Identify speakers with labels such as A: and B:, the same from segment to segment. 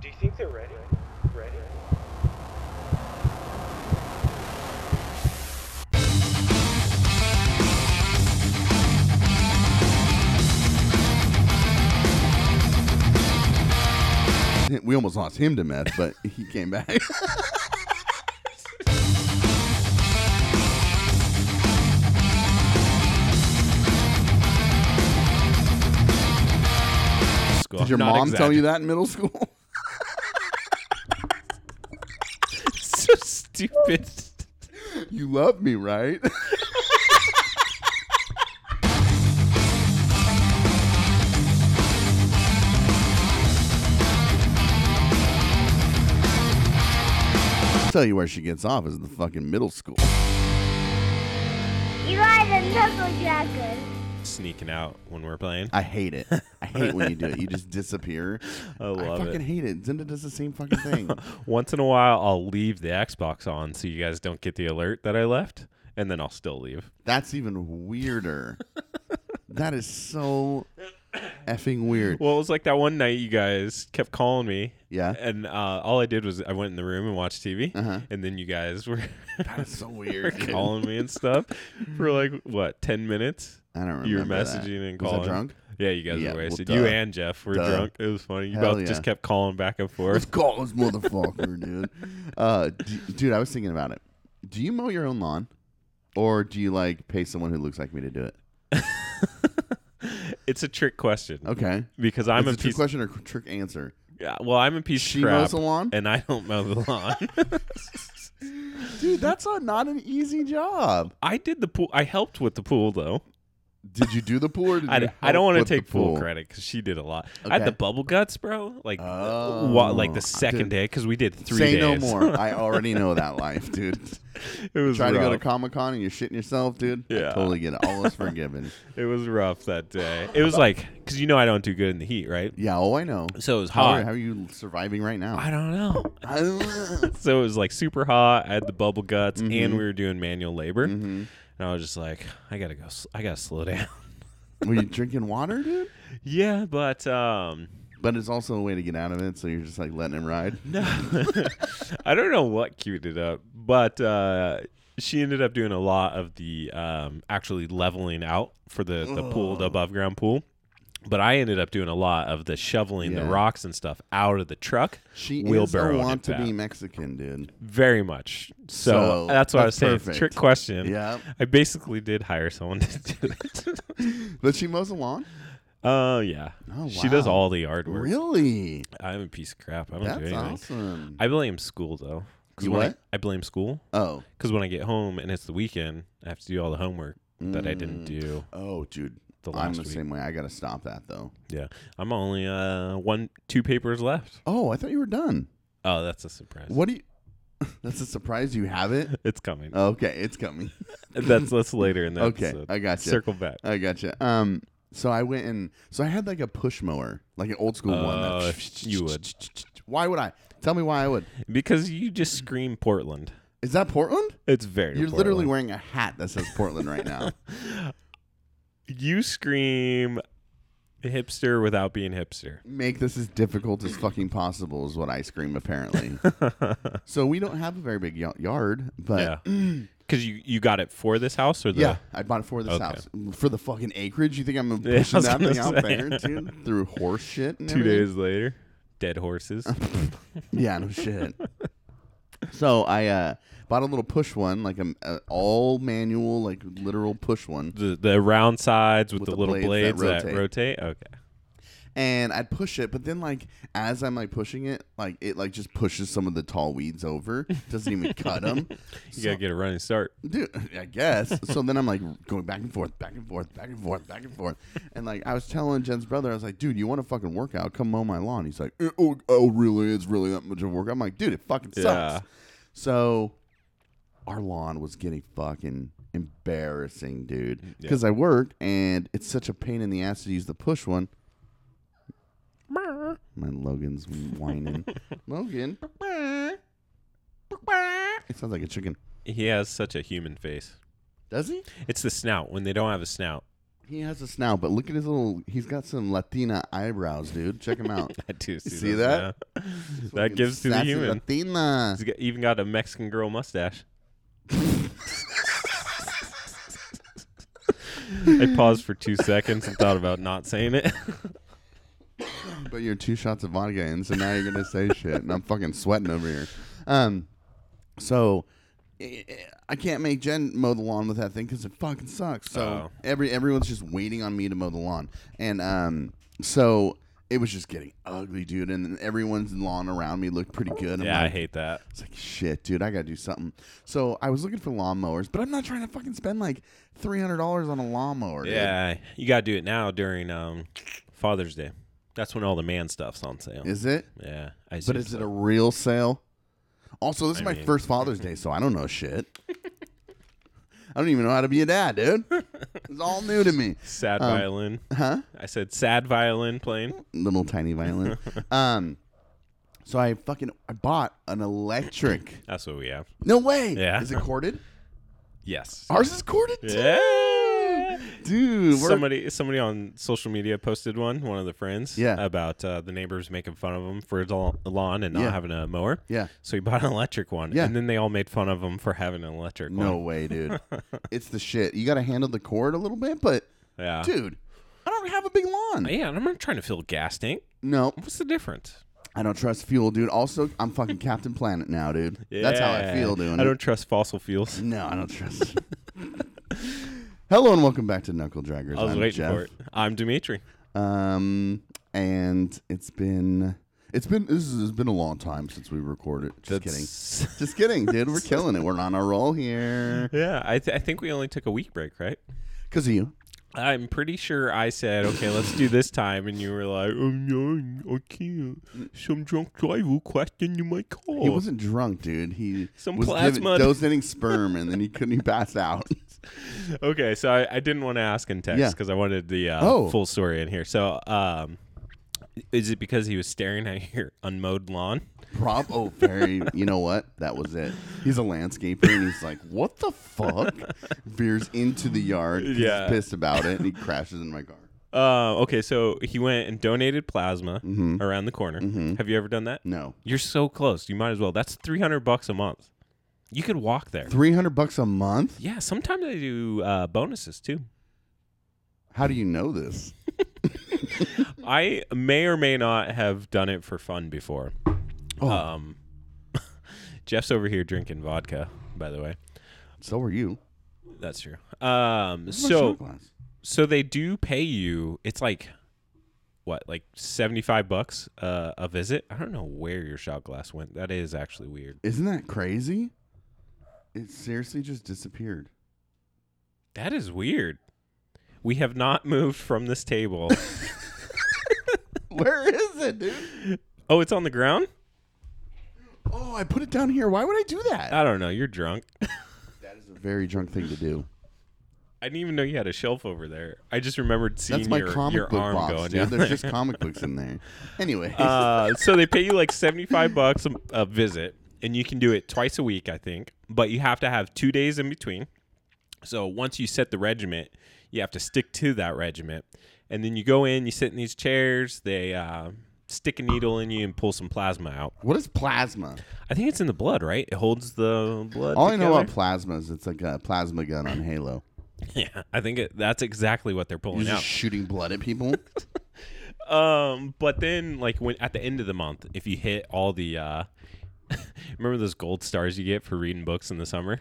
A: Do you think they're ready? Ready?
B: We almost lost him to meth, but he came back.
C: School.
B: Did your
C: Not
B: mom tell
C: exagger-
B: you that in middle school?
C: so stupid.
B: you love me, right? tell you where she gets off is in the fucking middle school.
D: You are the knuckle draggers.
C: Sneaking out when we're playing.
B: I hate it. I hate when you do it. You just disappear.
C: I love
B: I fucking
C: it.
B: hate it. Zenda does the same fucking thing.
C: Once in a while, I'll leave the Xbox on so you guys don't get the alert that I left, and then I'll still leave.
B: That's even weirder. that is so effing weird.
C: Well, it was like that one night you guys kept calling me.
B: Yeah.
C: And uh, all I did was I went in the room and watched TV,
B: Uh-huh.
C: and then you guys were
B: That's so
C: were
B: weird. dude.
C: calling me and stuff for like what ten minutes.
B: I don't remember.
C: You were
B: that.
C: messaging and
B: Was I
C: calling.
B: drunk?
C: Yeah, you guys
B: Yeah,
C: were
B: well,
C: wasted.
B: duh.
C: you and Jeff were
B: Duh.
C: drunk. It was funny. You
B: Hell
C: both just
B: yeah.
C: kept calling back and
B: Let's
C: forth.
B: call this motherfucker, dude. Uh, d- dude, I was thinking about it. Do you mow your own lawn, or do you like pay someone who looks like me to do it?
C: It's a trick question
B: Okay.
C: because
B: It's
C: I'm a
B: trick
C: piece.
B: question or c- trick answer.
C: yeah, well, I'm a piece
B: She
C: of crap,
B: mows the lawn,
C: and I don't mow the lawn.
B: dude. That's a, not an easy job.
C: I did the pool. I helped with the pool though.
B: Did you do the pool? Or did
C: I,
B: you
C: d- I don't want to
B: help with the
C: take full
B: pool?
C: credit because she did a lot. I had
B: Okay.
C: the bubble guts, bro. Like, uh,
B: Oh.
C: wa- like the
B: Dude,
C: second day 'cause day because we did three
B: Say
C: days.
B: no more. I already know that life, dude.
C: it was
B: Trying to go to
C: rough.
B: Comic Con and you're shitting yourself, dude. I
C: Yeah.
B: totally get it. All is forgiven.
C: It was rough that day. It was like because you know I don't do good in the heat, right?
B: Yeah. Oh, I know.
C: So it was
B: How are,
C: hot.
B: how are you surviving right now?
C: I don't know.
B: I don't know.
C: So it was like super hot. I had the bubble guts, and
B: Mhm.
C: we were doing manual labor.
B: Mhm.
C: And I was just like, I gotta go. s- I gotta slow down.
B: Were you drinking water, dude?
C: yeah, but um,
B: But it's also a way to get out of it, so you're just like letting him ride.
C: no, I don't know what queued it up, but uh, she ended up doing a lot of the um, actually leveling out for the the pool, the above ground pool. But I ended up doing a lot of the shoveling the
B: Yeah.
C: rocks and stuff out of the truck.
B: She
C: Wheelbarrow
B: is
C: it
B: a want to be
C: back.
B: Mexican, dude.
C: Very much. So,
B: So,
C: that's what I was
B: that's
C: saying.
B: perfect.
C: Trick question.
B: Yeah.
C: I basically did hire someone to do it.
B: But she mows the lawn?
C: Oh yeah.
B: Oh,
C: She does
B: wow.
C: all the yard work.
B: Really?
C: I'm a piece of crap. I don't do
B: That's
C: anything.
B: awesome.
C: Oh, I blame school though. 'Cause
B: You
C: when I-
B: what?
C: I, blame school
B: oh.
C: because when I get home and it's the weekend, I have to do all the homework that I didn't
B: Mm.
C: do
B: Oh, dude.
C: the
B: I'm
C: last
B: the
C: week.
B: same way. I got to stop that, though.
C: Yeah, I'm only uh one two papers left.
B: Oh, I thought you were done.
C: Oh, that's a surprise.
B: What do you. That's a surprise. You have it?
C: It's coming.
B: Okay, it's coming.
C: that's that's later in the
B: Okay,
C: episode.
B: I gotcha.
C: Circle back.
B: I gotcha. Um, so I went and so I had like a push mower, like an old school one. that-
C: Uh, if you would
B: Why would I? Tell me why I would.
C: because you just scream Portland.
B: Is that Portland?
C: It's very.
B: You're literally wearing
C: Portland.
B: a hat that says Portland right now.
C: you scream hipster without being hipster.
B: Make this as difficult as fucking possible is what I scream apparently. so we don't have a very big y- yard,
C: Yeah.
B: but yeah.
C: 'Cause Because you you got it for this house or the
B: I bought it for this
C: Okay.
B: house for the fucking acreage. You think I'm
C: Yeah, I
B: pushing
C: was
B: that
C: gonna
B: thing out
C: say.
B: there, dude? Through horse shit. And
C: two
B: everything?
C: days later, dead horses.
B: Yeah, no shit. so I uh, bought a little push one, like a, a all manual, like literal push one,
C: the the round sides with,
B: With
C: the,
B: the
C: little blades,
B: blades that
C: that, rotate. Okay.
B: and I'd push it, but then like as I'm like pushing it, like it like just pushes some of the tall weeds over, doesn't even cut them.
C: You gotta get a running start.
B: Dude, I guess. so then I'm like going back and forth, back and forth, back and forth, back and forth. And like I was telling Jen's brother, I was like, dude, you want a fucking workout? Come mow my lawn. He's like, "Eh, oh, oh, really? It's really that much of a workout. I'm like, dude, it fucking sucks.
C: Yeah.
B: So our lawn was getting fucking embarrassing,
C: Mm,
B: dude. Because I work and it's such a pain in the ass to use the push one. My Logan's whining. Logan. It sounds like a chicken.
C: He has such a human face.
B: Does he?
C: It's the snout. When they don't have a snout,
B: He has a snout, but look at his little. He's got some Latina eyebrows, dude. Check him out.
C: I do see,
B: see
C: those,
B: that?
C: yeah. that gives to the
B: Sassy
C: human.
B: Latina.
C: He's got, even got a Mexican girl mustache. I paused for two seconds and thought about not saying it.
B: But you're two shots of vodka in, so now you're gonna say shit, and I'm fucking sweating over here. Um, so eh, eh, I can't make Jen mow the lawn with that thing because it fucking sucks. So
C: Oh.
B: every everyone's just waiting on me to mow the lawn, and um, so it was just getting ugly, dude. And then everyone's lawn around me looked pretty good. I'm
C: yeah, I
B: like,
C: hate that.
B: It's like shit, dude. I gotta do something. So I was looking for lawnmowers, but I'm not trying to fucking spend like three hundred dollars on a lawnmower. dude.
C: Yeah, you gotta do it now during um, Father's Day. That's when all the man stuff's on sale.
B: is it?
C: yeah, I
B: But is it a real sale? Also, this is
C: I
B: my
C: mean-
B: first Father's Day, so I don't know shit. I don't even know how to be a dad, dude. It's all new to me.
C: sad
B: um,
C: violin?
B: Huh?
C: I said sad violin playing.
B: Little tiny violin. Um, so I fucking I bought an electric.
C: That's what we have.
B: No way.
C: Yeah.
B: Is it corded?
C: Yes.
B: Ours is corded too,
C: Yeah.
B: dude. We're,
C: Somebody, somebody on social media posted one. One of the friends,
B: Yeah.
C: about uh, the neighbors making fun of him for his lawn lawn and not
B: Yeah.
C: having a mower.
B: yeah.
C: So he bought an electric one,
B: Yeah.
C: and then they all made fun of him for having an electric
B: No
C: one.
B: way, dude. it's the shit. You got to handle the cord a little bit, but
C: Yeah.
B: dude, I don't have a big lawn.
C: Yeah, and I'm not trying to fill a gas tank.
B: no,
C: What's the difference?
B: I don't trust fuel, dude. Also, I'm fucking Captain Planet now, dude. That's how I
C: Yeah.
B: feel doing
C: I
B: it.
C: don't trust fossil fuels.
B: No, I don't trust. Hello and welcome back to Knuckle Draggers.
C: I was
B: I'm
C: waiting
B: Jeff.
C: for it. I'm Dimitri.
B: Um, and it's been it's been this has been a long time since we recorded. Just kidding.
C: That's-
B: Just kidding, dude. We're killing it. We're on a roll here.
C: Yeah, I, th- I think we only took a week break, right?
B: Cause of you.
C: I'm pretty sure I said, okay, let's do this time. And you were like, oh, no, I can't. Some drunk driver questioned my car.
B: He wasn't drunk, dude. He
C: Oh. Some
B: was
C: plasma.
B: donating sperm, and then he couldn't he pass out.
C: okay, so I, I didn't want to ask in text
B: Yeah.
C: because I wanted the uh,
B: Oh.
C: full story in here. So, um, is it because he was staring at your unmowed lawn?
B: Prob oh very you know what? That was it. He's a landscaper and he's like, What the fuck? Veers into the yard, 'cause
C: Yeah.
B: he's pissed about it, and he crashes in my car.
C: Uh, okay, so he went and donated plasma
B: Mm-hmm.
C: around the corner. Have you ever done that?
B: No.
C: You're so close. You might as well. That's 300 bucks a month. You could walk there.
B: Three hundred bucks a month?
C: Yeah, sometimes they do uh, bonuses too.
B: How do you know this?
C: I may or may not have done it for fun before.
B: Oh.
C: Um, Jeff's over here drinking vodka, by the way.
B: So are you.
C: That's true. Um,
B: Where's my shot
C: so
B: glass?
C: so they do pay you. It's like what, like seventy five bucks uh, a visit. I don't know where your shot glass went. That is actually weird.
B: Isn't that crazy? It seriously just disappeared.
C: That is weird. We have not moved from this table.
B: Where is it, dude?
C: oh, it's on the ground.
B: Oh, I put it down here. Why would I do that?
C: I don't know. You're drunk.
B: That is a very drunk thing to do.
C: I didn't even know you had a shelf over there. I just remembered seeing
B: That's my
C: your,
B: comic
C: your
B: book
C: arm
B: box,
C: going
B: dude.
C: down
B: There's
C: there.
B: just comic books in there. Anyway,
C: uh, so they pay you like 75 bucks a, a visit and you can do it twice a week i think but you have to have two days in between so once you set the regiment you have to stick to that regiment and then you go in you sit in these chairs they uh, stick a needle in you and pull some plasma out
B: what is plasma?
C: i think it's in the blood right it holds the blood
B: All I know about
C: together.
B: plasma is it's like a plasma gun on Halo.
C: yeah i think it, that's exactly what they're
B: You're
C: pulling
B: just
C: out
B: shooting blood at people.
C: Um, but then like when at the end of the month, if you hit all the uh remember those gold stars you get for reading books in the summer?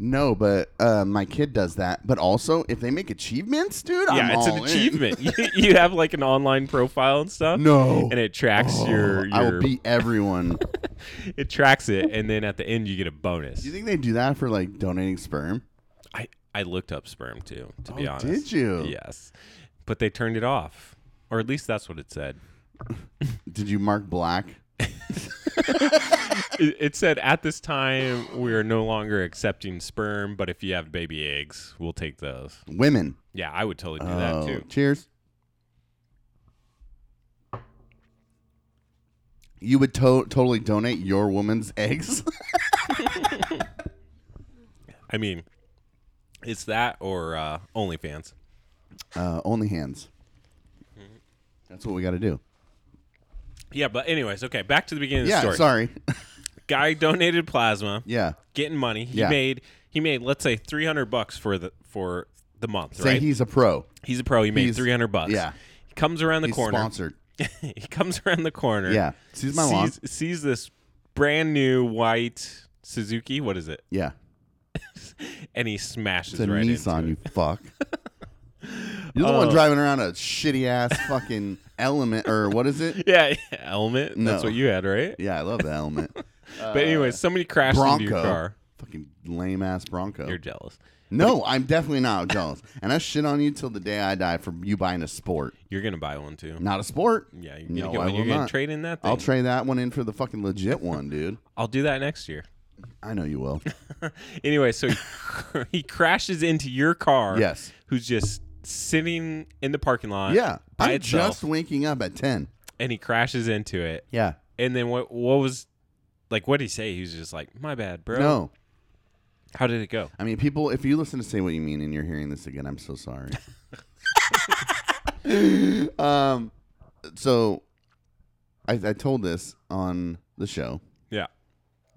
B: no, but uh, my kid does that. But also, if they make achievements, dude,
C: yeah,
B: I'm
C: it's an
B: all in.
C: achievement. you, you have like an online profile and stuff.
B: No.
C: And it tracks
B: Oh,
C: your,
B: I
C: your
B: will beat everyone. do
C: it tracks it and then at the end you get a bonus.
B: you think they do that for like donating sperm?
C: I I looked up sperm too, to be
B: Oh,
C: honest.
B: did you?
C: Yes. But they turned it off. Or at least that's what it said.
B: Did you mark black?
C: It, it said at this time we are no longer accepting sperm, but if you have baby eggs, we'll take those.
B: Women.
C: Yeah, I would totally do
B: Oh,
C: that too.
B: Cheers. You would to- totally donate your woman's eggs?
C: I mean, it's that or uh, OnlyFans.
B: Uh, only hands.
C: Mm-hmm.
B: That's what we got to do.
C: Yeah, but anyways, okay, back to the beginning of the
B: Yeah,
C: story.
B: sorry.
C: Guy donated plasma,
B: yeah.
C: getting money. He
B: Yeah.
C: made he made let's say 300 bucks for the for the month,
B: Say
C: right?
B: he's a pro.
C: He's a pro, he made
B: he's-
C: 300 bucks.
B: yeah.
C: He comes around the
B: He's
C: corner.
B: sponsored.
C: he comes around the corner.
B: Yeah. Sees my lawn.
C: sees, sees this brand new white Suzuki, what is it?
B: Yeah.
C: And he smashes
B: It's a
C: right
B: Nissan,
C: into
B: you
C: it.
B: fuck. You're the one
C: Oh.
B: driving around a shitty ass fucking element or what is it?
C: Yeah, element. That's
B: No.
C: what you had, right?
B: Yeah, I love the element.
C: but anyway, somebody crashed into your
B: Bronco.
C: car.
B: Fucking lame ass Bronco.
C: You're jealous.
B: no, I'm definitely not jealous. And I shit on you till the day I die for you buying a sport.
C: You're gonna buy one too.
B: Not a sport.
C: Yeah, you're gonna
B: no,
C: get
B: I
C: one. You're
B: will
C: gonna
B: not.
C: trade in that thing.
B: I'll trade that one in for the fucking legit one, dude.
C: I'll do that next year.
B: I know you will.
C: Anyway, so he, he crashes into your car.
B: Yes.
C: Who's just sitting in the parking lot.
B: Yeah.
C: Uh, By
B: I'm
C: itself,
B: just waking up at 10.
C: and he crashes into it.
B: Yeah.
C: And then what? What was like? What did he say? He was just like, "My bad, bro."
B: No.
C: How did it go?
B: I mean, people, if you listen to Say What You Mean and you're hearing this again, I'm so sorry. um, so I, I told this on the show.
C: Yeah.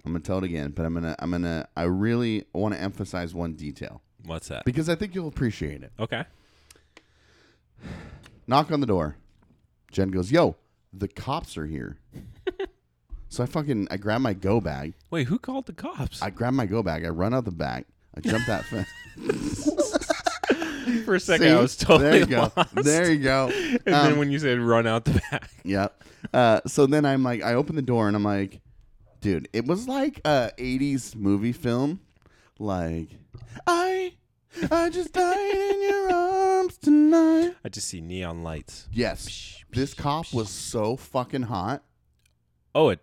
B: I'm gonna tell it again, but I'm gonna, I'm gonna, I really want to emphasize one detail
C: What's that?
B: because I think you'll appreciate it.
C: Okay.
B: Knock on the door. Jen goes, "Yo, the cops are here." so I fucking, I grab my go bag.
C: Wait, who called the cops?
B: I grab my go bag. I run out the back. I jump that fence.
C: For a second, I was totally
B: there you go.
C: lost.
B: There you go. Um,
C: and then when you said run out the back,
B: Yep. Uh, so then I'm like, I open the door and I'm like, dude, it was like a '80s movie film. Like, I, I just died in your arms tonight.
C: I just see neon lights.
B: Yes. This cop was so fucking hot,
C: Oh, it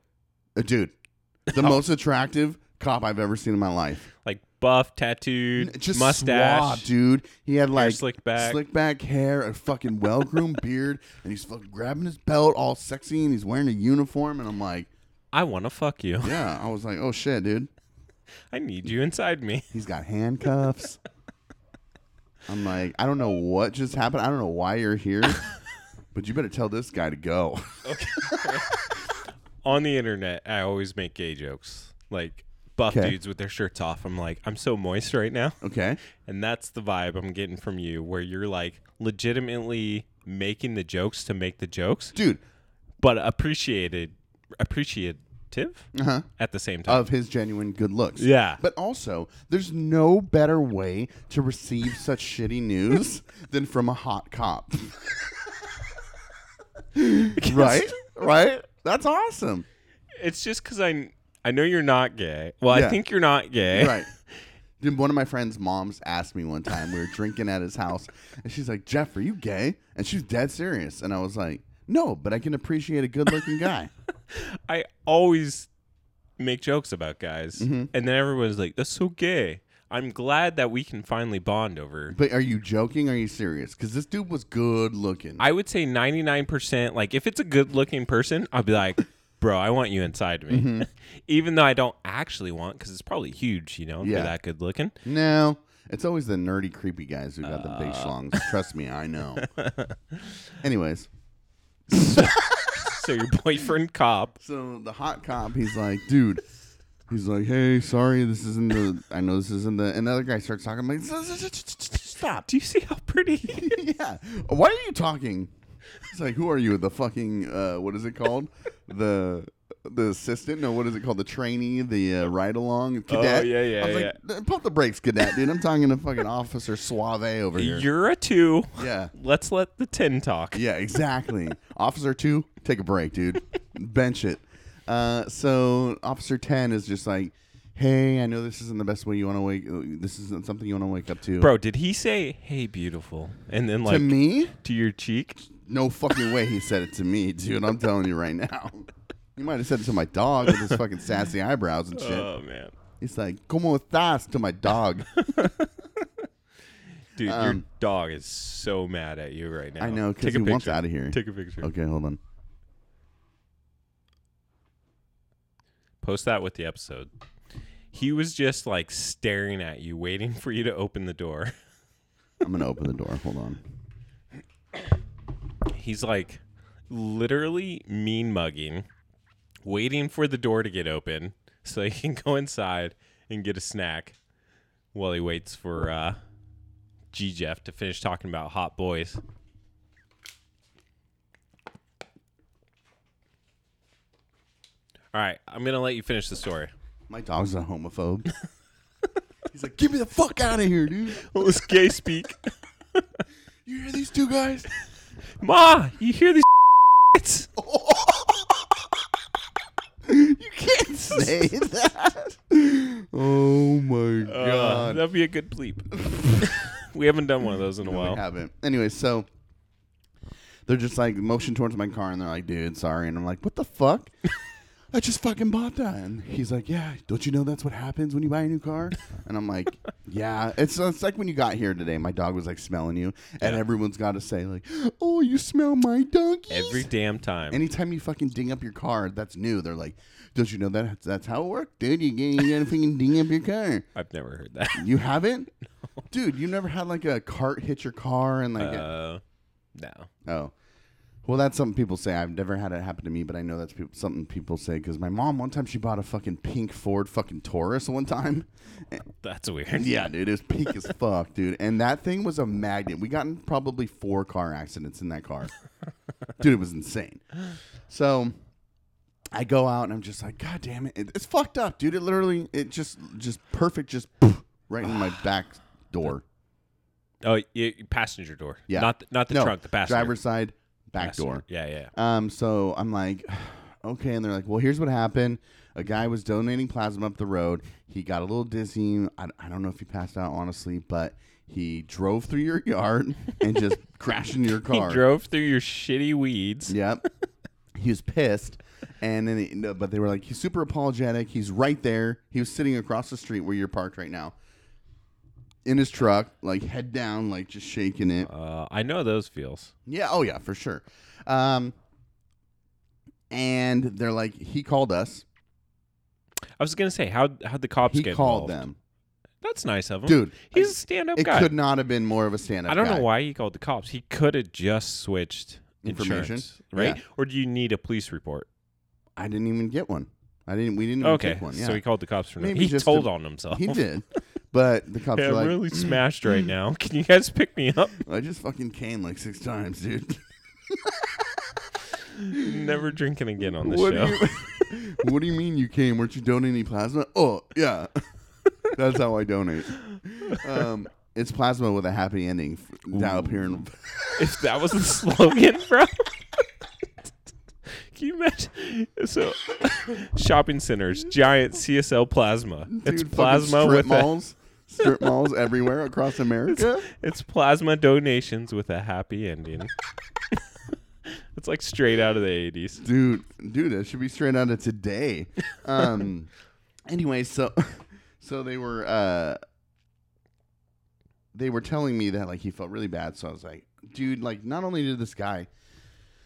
B: Uh, dude. The
C: Oh.
B: most attractive cop I've ever seen in my life.
C: like buff, tattooed,
B: Just
C: mustache.
B: suave, dude. He had like
C: slicked back.
B: slick back hair, a fucking well groomed beard, and he's fucking grabbing his belt, all sexy, and he's wearing a uniform. And I'm like,
C: I want to fuck you.
B: yeah. I was like, oh shit, dude.
C: I need you inside me.
B: He's got handcuffs. I'm like, I don't know what just happened. I don't know why you're here, but you better tell this guy to go.
C: On the internet, I always make gay jokes. Like buff
B: 'Kay.
C: dudes with their shirts off. I'm like, I'm so moist right now.
B: Okay.
C: And that's the vibe I'm getting from you, where you're like legitimately making the jokes to make the jokes,
B: Dude,
C: but appreciated, appreciative
B: uh-huh.
C: at the same time.
B: of his genuine good looks.
C: Yeah.
B: But also, there's no better way to receive such shitty news than from a hot cop. right? Right? That's awesome.
C: it's just because I I know you're not gay. Well, I
B: Yeah.
C: think you're not gay.
B: Right. Dude, one of my friend's moms asked me one time, we were drinking at his house, and she's like, Jeff, are you gay? And she's dead serious. And I was like, no, but I can appreciate a good looking guy.
C: I always make jokes about guys,
B: Mm-hmm.
C: and then everyone's like, "That's so gay." I'm glad that we can finally bond over.
B: but are you joking? Are you serious? Because this dude was good looking.
C: I would say 99%. Like, if it's a good-looking person, I'll be like, "Bro, I want you inside me,"
B: Mm-hmm.
C: even though I don't actually want because it's probably huge, you know, if you're
B: Yeah.
C: that good-looking.
B: no, it's always the nerdy, creepy guys who got the big
C: Uh.
B: schlongs. Trust me, I know. Anyways,
C: so your boyfriend cop,
B: so the hot cop, he's like, dude. He's like, hey, sorry, this isn't the. I know this isn't the. Another guy starts talking. I'm like, stop.
C: do you see how pretty? he is?
B: yeah. Why are you talking? It's like, who are you? The fucking uh, what is it called? The the assistant? No, what is it called? The trainee? The uh, ride along cadet?
C: Oh, yeah, yeah,
B: I was like, pump the brakes, cadet, dude. I'm talking to fucking Officer Suave over here.
C: You're a two.
B: yeah.
C: Let's let the ten talk.
B: Yeah, exactly. Officer two, take a break, dude. Bench it. Uh, so Officer ten is just like, hey, I know this isn't the best way you want to wake. This isn't something you want to wake up to.
C: Bro, did he say, "Hey, beautiful," and then
B: to
C: like to,
B: me,
C: your cheek?
B: No fucking way he said it to me, dude. I'm telling you right now. He might have said it to my dog with his fucking sassy eyebrows and shit.
C: Oh man,
B: He's like, "Como estás?" to my dog.
C: dude, your
B: Um,
C: dog is so mad at you right now.
B: I know, 'cause
C: Take a
B: he wants
C: picture.
B: out of here.
C: Take a picture.
B: Okay, hold on.
C: Post that with the episode. He was just like staring at you, waiting for you to open the door.
B: I'm gonna open the door. Hold on.
C: He's like literally mean mugging, waiting for the door to get open so he can go inside and get a snack while he waits for uh, G Jeff to finish talking about hot boys. All right, I'm gonna let you finish the story.
B: My dog's a homophobe. He's like, get me the fuck out of here, dude.
C: What was gay speak?
B: You hear these two guys?
C: Ma, you hear these? shits?
B: you can't say that. Oh my
C: Uh,
B: god.
C: that'd be a good bleep. we haven't done one of those in a
B: No, we
C: while.
B: haven't. Anyway, so they're just like motion towards my car, and they're like, "Dude, sorry." And I'm like, "What the fuck? I just fucking bought that." And he's like, "Yeah, don't you know that's what happens when you buy a new car?" And I'm like, "Yeah, it's it's like when you got here today. My dog was like smelling you, and everyone's got to say like, "Oh, you smell my doggies."
C: Every damn time.
B: Anytime you fucking ding up your car, that's new. They're like, "Don't you know that that's how it works, dude? You, get- you gotta fucking ding up your car."
C: I've never heard that.
B: You haven't, dude. You never had like a cart hit your car and like. a-
C: Uh, no.
B: Oh. Well, that's something people say. I've never had it happen to me, but I know that's peop something people say because my mom, one time, she bought a fucking pink Ford fucking Taurus one time.
C: That's weird.
B: Yeah, dude, it was pink as fuck, dude. And that thing was a magnet. We got in probably four car accidents in that car. dude, it was insane. So I go out and I'm just like, God damn it. it- It's fucked up, dude. It literally, it just, just perfect, just right in my back door.
C: Oh, y passenger door.
B: Yeah.
C: Not the, not the
B: No,
C: trunk. The passenger.
B: Driver's side, back
C: Passenger.
B: door.
C: Yeah, yeah.
B: Um, so I'm like, okay, and they're like, well, here's what happened. A guy was donating plasma up the road. He got a little dizzy. I, I don't know if he passed out, honestly, but he drove through your yard and just crashed into your car.
C: He drove through your shitty weeds.
B: Yep. he was pissed. And then, he, no, but they were like, he's super apologetic. He's right there. He was sitting across the street where you're parked right now in his truck, like head down, like just shaking it.
C: Uh, I know those feels.
B: Yeah. Oh, yeah, for sure. Um, and they're like, he called us.
C: I was gonna say how how the cops
B: He
C: get
B: called
C: involved.
B: them.
C: That's nice of him,
B: Dude,
C: He's a stand-up
B: It
C: guy.
B: could not have been more of a stand-up.
C: I don't
B: guy.
C: know why he called the cops. He could have just switched
B: Information.
C: insurance, right?
B: Yeah.
C: Or do you need a police report?
B: I didn't even get one. I didn't. We didn't even
C: Okay,
B: take one. Yeah,
C: so he called the cops for no.
B: Maybe
C: He
B: just
C: told
B: to-
C: on himself.
B: he did. But the cops
C: Yeah,
B: were like,
C: I'm really smashed right now. Can you guys pick me up?
B: I just fucking came like six times, dude.
C: Never drinking again on this
B: what
C: show.
B: do you? what do you mean you came? Weren't you donating plasma? Oh yeah, that's how I donate. Um, it's plasma with a happy ending. f- Down up here in
C: if that was the slogan, bro. Can you imagine? So, shopping centers, giant CSL plasma. it's
B: Dude, fucking
C: plasma
B: strip
C: with a,
B: malls, strip malls everywhere across America.
C: it's plasma donations with a happy ending. it's like straight out of the eighties.
B: dude dude that should be straight out of today um anyway so so they were uh they were telling me that like he felt really bad so i was like dude like not only did this guy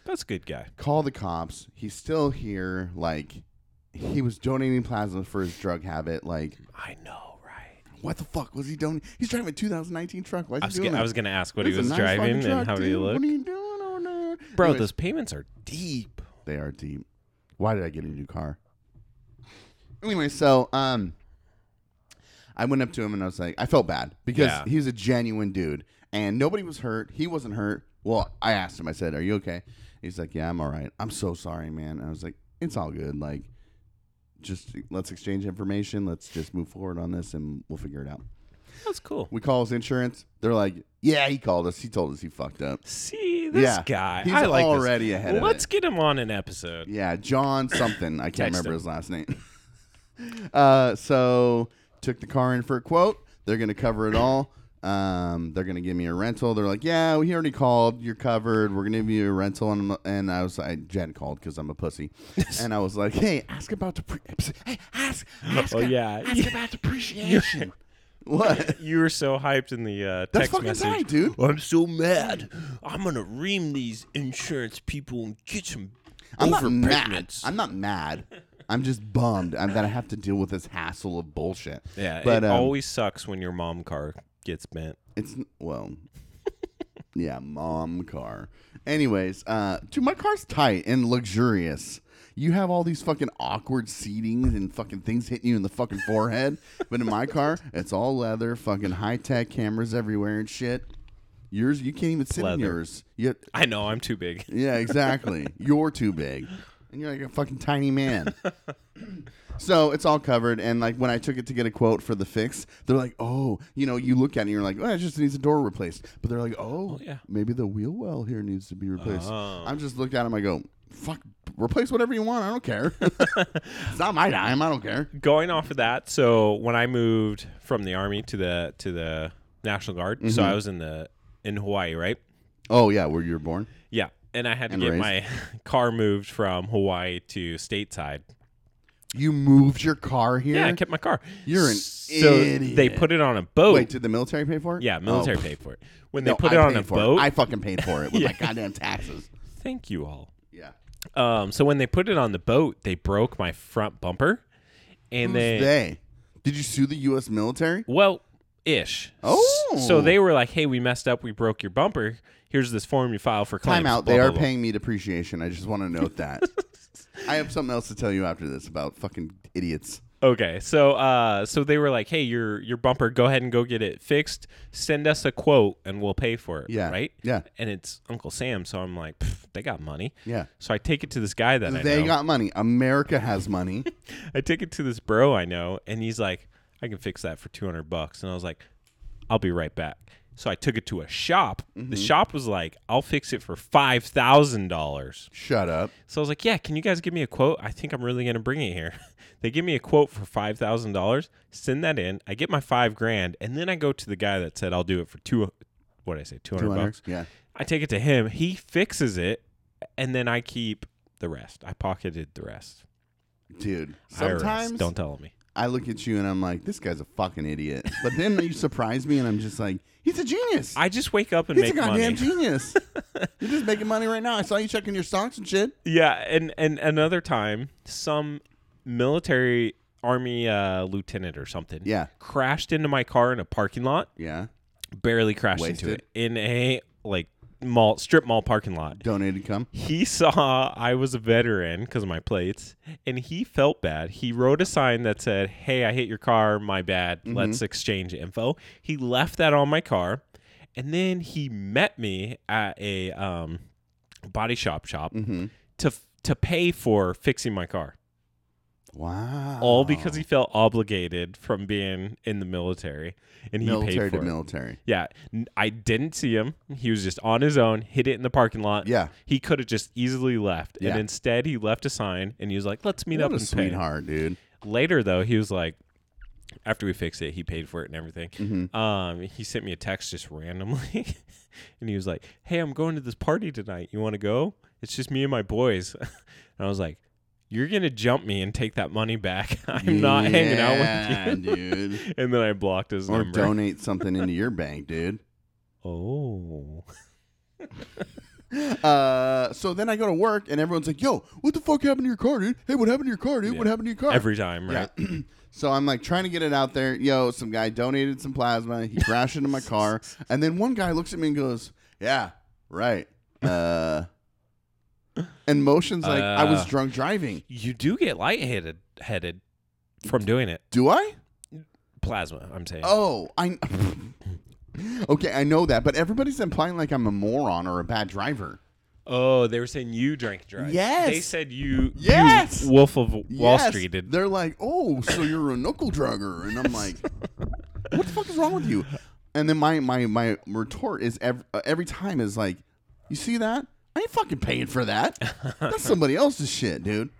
C: That's a good guy.
B: call the cops he's still here like he was donating plasma for his drug habit like
C: I know, right?
B: what the fuck was he doing he's driving a 2019 truck why is
C: I
B: he
C: was,
B: doing
C: gonna, I
B: that?
C: was gonna ask what
B: That's
C: he
B: a
C: was
B: nice
C: driving
B: fucking truck,
C: and how did he
B: dude.
C: look,
B: what are you doing on there
C: bro.
B: Anyways,
C: Those payments are deep.
B: They are deep. Why did I get a new car? Anyway, so um, I went up to him and I was like, I felt bad because
C: Yeah.
B: he's a genuine dude, and nobody was hurt. He wasn't hurt. Well, I asked him. I said, "Are you okay?" He's like, "Yeah, I'm all right. I'm so sorry, man." And I was like, "It's all good. Like, just let's exchange information. Let's just move forward on this, and we'll figure it out."
C: That's cool.
B: We call his insurance. They're like, "Yeah, he called us. He told us he fucked up."
C: See this
B: Yeah,
C: guy.
B: he's
C: I like this.
B: already ahead of
C: Let's
B: it.
C: get him on an episode.
B: Yeah, John something. I can't
C: Text
B: remember
C: him.
B: his last name. uh, so took the car in for a quote. They're gonna cover it all. Um, they're gonna give me a rental. They're like, yeah, we already called. You're covered. We're gonna give you a rental. And, I'm- and I was like, Jen called because I'm a pussy. and I was like, hey, ask about depreciation. Hey, ask, ask,
C: Oh,
B: a-
C: yeah.
B: ask about depreciation. what?
C: You were so hyped in the uh,
B: That's
C: text
B: fucking
C: message.
B: tight, dude.
C: I'm so mad. I'm gonna ream these insurance people and get some
B: I'm not mad. I'm not mad. I'm just bummed I'm, that I have to deal with this hassle of bullshit.
C: yeah,
B: but
C: it
B: um,
C: always sucks when your mom car gets bent.
B: It's n- well, Yeah, mom car. Anyways, uh, dude, my car's tight and luxurious. You have all these fucking awkward seatings and fucking things hitting you in the fucking forehead. but in my car, it's all leather, fucking high tech cameras everywhere and shit. Yours, you can't even sit in
C: Leather.
B: yours. You,
C: I know I'm too big.
B: yeah, exactly. you're too big. And you're like a fucking tiny man. so it's all covered. And like when I took it to get a quote for the fix, they're like, oh, you know, you look at it and you're like, oh, it just needs a door replaced. But they're like, oh,
C: yeah. Uh-huh.
B: maybe the wheel well here needs to be replaced. I'm just looked at him. I go, fuck, replace whatever you want. I don't care. it's not my dime. I don't care.
C: Going off of that, so when I moved from the army to the to the National Guard, so
B: Mm-hmm.
C: I was in the in Hawaii, right?
B: Oh, yeah, where you were born?
C: Yeah, and I had to
B: And
C: get
B: raised.
C: my car moved from Hawaii to stateside.
B: You moved your car here?
C: Yeah, I kept my car.
B: You're an
C: so They
B: idiot.
C: put it on a boat.
B: Wait, did the military pay for it?
C: yeah,
B: Oh,
C: military
B: pff,
C: paid for it. When they
B: no,
C: put
B: I
C: it on
B: paid
C: a
B: for it.
C: boat,
B: I fucking paid for it with my goddamn taxes.
C: thank you all.
B: Yeah.
C: Um, so when they put it on the boat, they broke my front bumper, and
B: Who's
C: they,
B: they? Did you sue the U.S. military?
C: well, ish. S-
B: Oh.
C: so they were like, "Hey, we messed up. We broke your bumper. Here's this form you file for claims."
B: Time out.
C: blah,
B: They
C: blah,
B: are
C: blah."
B: paying me depreciation. I just want to note that. I have something else to tell you after this about fucking idiots.
C: Okay, so uh, so they were like, "Hey, your your bumper, go ahead and go get it fixed. Send us a quote, and we'll pay for it."
B: Yeah,
C: right.
B: yeah.
C: and it's Uncle Sam, so I'm like, "Pff, they got money.
B: Yeah.
C: So I take it to this guy that I
B: they
C: know.
B: got money. America has money.
C: I take it to this bro I know, and he's like, "I can fix that for two hundred bucks," and I was like, "I'll be right back." So I took it to a shop.
B: Mm-hmm.
C: The shop was like, "I'll fix it for five thousand dollars."
B: Shut up.
C: So I was like, "Yeah, can you guys give me a quote? I think I'm really gonna bring it here." they give me a quote for five thousand dollars. Send that in. I get my five grand, and then I go to the guy that said I'll do it for two. What did I say? Two hundred
B: 200.
C: bucks.
B: Yeah.
C: I take it to him. He fixes it, and then I keep the rest. I pocketed the rest.
B: Dude.
C: IRS,
B: Sometimes
C: don't tell me.
B: I look at you and I'm like, this guy's a fucking idiot. But then you surprise me and I'm just like, he's a genius.
C: I just wake up and
B: he's a
C: make
B: goddamn
C: money.
B: genius. You're just making money right now. I saw you checking your stocks and shit.
C: Yeah, and and another time, some military army uh, lieutenant or something,
B: Yeah.
C: crashed into my car in a parking lot.
B: Yeah.
C: Barely crashed into
B: Wasted.
C: it in a like mall strip mall parking lot.
B: Donated come.
C: He saw I was a veteran because of my plates, and he felt bad. He wrote a sign that said, "Hey, I hit your car. My bad.
B: Mm-hmm.
C: Let's exchange info." He left that on my car, and then he met me at a um, body shop shop
B: Mm. Mm-hmm.
C: to f- to pay for fixing my car,
B: Wow.
C: all because he felt obligated from being in the military, and he
B: military
C: paid for
B: to
C: it.
B: military.
C: Yeah, n- I didn't see him. He was just on his own, hit it in the parking lot.
B: Yeah.
C: He could have just easily left.
B: Yeah.
C: And instead, he left a sign and he was like, let's meet up
B: What a
C: and pay."
B: sweetheart, dude.
C: Later, though, he was like, after we fixed it, he paid for it and everything.
B: Mm-hmm.
C: Um, he sent me a text just randomly. and he was like, hey, I'm going to this party tonight. You want to go? It's just me and my boys. and I was like, you're going to jump me and take that money back. I'm not hanging out with you.
B: Yeah, dude.
C: And then I blocked his
B: Or
C: number.
B: donate something into your bank, dude.
C: Oh.
B: Uh, so then I go to work and everyone's like, "Yo, what the fuck happened to your car, dude? Hey, what happened to your car, dude? What
C: Yeah.
B: happened to your car?"
C: Every time, right?
B: Yeah. so I'm like trying to get it out there. Yo, some guy donated some plasma. He crashed into my car, and then one guy looks at me and goes, "Yeah, right." Uh, and motions like I was
C: Uh.
B: drunk driving.
C: You do get lightheaded headed from doing it.
B: Do I?
C: Plasma, I'm saying.
B: Oh, I. okay, I know that, but everybody's implying like I'm a moron or a bad driver.
C: Oh, they were saying you drank drive.
B: Yes.
C: They said you
B: Yes.
C: you Wolf of Wall
B: Yes.
C: Street did.
B: They're like, oh, so you're a knuckle dragger, and I'm like, what the fuck is wrong with you? And then my my my retort is every, uh, every time is like, you see that? I ain't fucking paying for that. That's somebody else's shit, dude.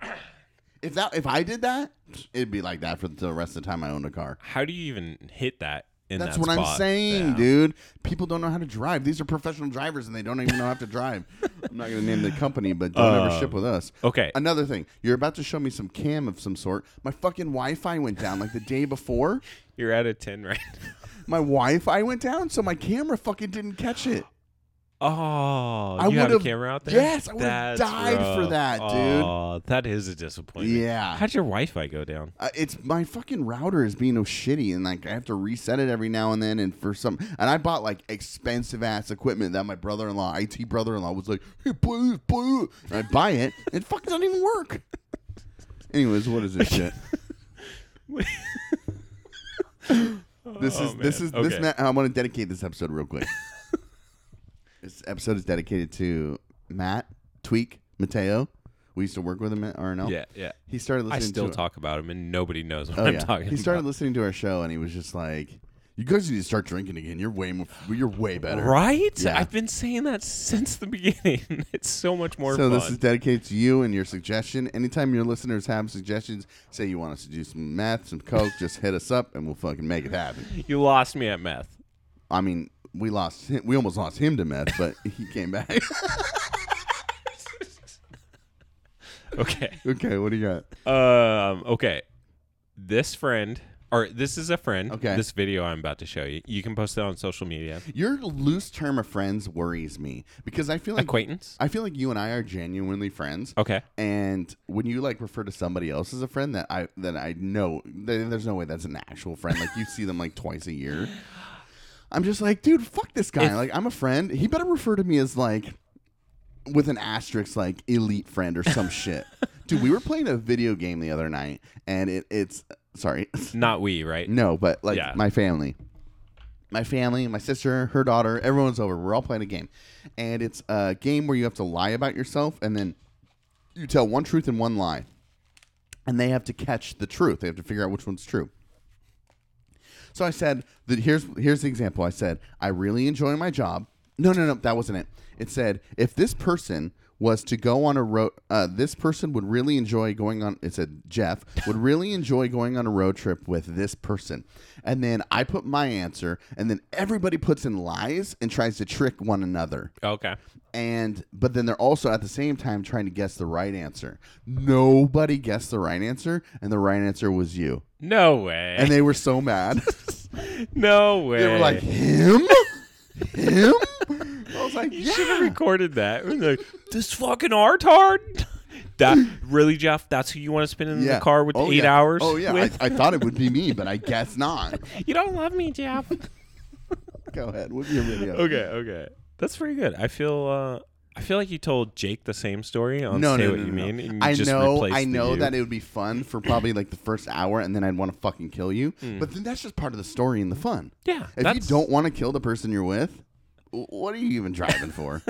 B: If that if I did that, it'd be like that for the rest of the time I owned a car.
C: How do you even hit that in
B: That's
C: that
B: what I'm
C: spot?
B: saying,
C: Yeah.
B: dude. People don't know how to drive. These are professional drivers, and they don't even know how to drive. I'm not gonna name the company, but don't ever ship with us.
C: Uh, okay.
B: Another thing, you're about to show me some cam of some sort. My fucking Wi-Fi went down like the day before.
C: You're at a 10 right
B: My Wi-Fi went down, so my camera fucking didn't catch it.
C: Oh,
B: I
C: you have a
B: would've-
C: camera out there?
B: yes, I would've
C: That's
B: died for
C: rough.
B: that, dude.
C: Oh, that is a disappointment.
B: Yeah.
C: How'd your Wi-Fi go down?
B: Uh, it's my fucking router is being oh shitty, and like I have to reset it every now and then. And for some, and I bought like expensive ass equipment that my brother in law, IT brother in law, was like, "Hey, buy this, buy it." And I buy it, and it fucking doesn't even work. Anyways, what is this shit? This
C: Oh,
B: is this
C: man.
B: is this.
C: Okay.
B: Na- I want to dedicate this episode real quick. this episode is dedicated to Matt Tweak Mateo. We used to work with him at RNL.
C: yeah, yeah.
B: he started
C: I
B: listening.
C: still
B: to
C: talk about him, and nobody knows what
B: Oh
C: I'm
B: yeah,
C: talking.
B: he started
C: about.
B: listening to our show, and he was just like, "You guys need to start drinking again. You're way more, you're way better."
C: Right?
B: Yeah.
C: I've been saying that since the beginning. It's so much more
B: So
C: fun.
B: this is dedicated to you and your suggestion. Anytime your listeners have suggestions, say you want us to do some math, some coke, just hit us up, and we'll fucking make it happen.
C: you lost me at meth.
B: I mean, we lost him. We almost lost him to meth, but he came back.
C: Okay.
B: okay, what do you got?
C: Um, okay. This friend, or this is a friend.
B: Okay.
C: This video I'm about to show you. You can post it on social media.
B: Your loose term of friends worries me because I feel like
C: Acquaintance.
B: I feel like you and I are genuinely friends.
C: Okay.
B: And when you like refer to somebody else as a friend that I that I know, th- there's no way that's an actual friend. Like you see them like twice a year. I'm just like, dude, fuck this guy.
C: If-
B: like I'm a friend. He better refer to me as like with an asterisk, like elite friend or some shit. Dude, we were playing a video game the other night, and it, it's sorry,
C: Not we, right?
B: no, but like
C: Yeah.
B: my family. My family, my sister, her daughter, everyone's over. We're all playing a game. And it's a game where you have to lie about yourself and then you tell one truth and one lie. And they have to catch the truth. They have to figure out which one's true. So I said that here's here's the example. I said, I really enjoy my job. No, no, no, that wasn't it. It said if this person was to go on a road, uh, this person would really enjoy going on. It said Jeff would really enjoy going on a road trip with this person, and then I put my answer, and then everybody puts in lies and tries to trick one another
C: Okay.
B: and but then they're also at the same time trying to guess the right answer. Nobody guessed the right answer, and the right answer was you.
C: No way.
B: And they were so mad.
C: no way.
B: they were like, "Him, him." I was like,
C: You should have
B: "Yeah."
C: recorded that. We're like, this fucking artard. That really, Jeff? That's who you want to spend in
B: Yeah.
C: the car with
B: Oh,
C: eight
B: yeah.
C: hours?
B: Oh yeah,
C: with?
B: I, I thought it would be me, but I guess not.
C: you don't love me, Jeff.
B: Go ahead, what's your video?
C: okay, okay, that's pretty good. I feel, uh, I feel like you told Jake the same story on
B: No,
C: "Say
B: no,
C: What
B: no,
C: You
B: no,
C: Mean."
B: no.
C: and you
B: I
C: just
B: know,
C: replaced
B: I
C: the
B: know
C: you.
B: that it would be fun for probably like the first hour, and then I'd want to fucking kill you. But then that's just part of the story and the fun.
C: Yeah,
B: If you
C: Hmm. that's-
B: don't want to kill the person you're with, w- what are you even driving for?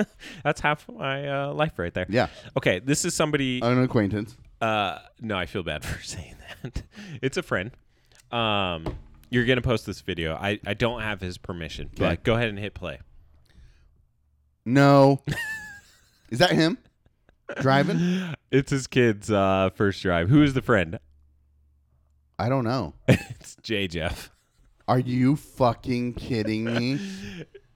C: That's half of my uh, life right there.
B: Yeah.
C: Okay, this is somebody.
B: An acquaintance.
C: Uh, no, I feel bad for saying that. it's a friend. Um, you're gonna post this video. I I don't have his permission,
B: Okay.
C: but go ahead and hit play.
B: No. Is that him? Driving?
C: It's his kid's uh, first drive. Who is the friend?
B: I don't know.
C: it's J Jeff.
B: Are you fucking kidding me?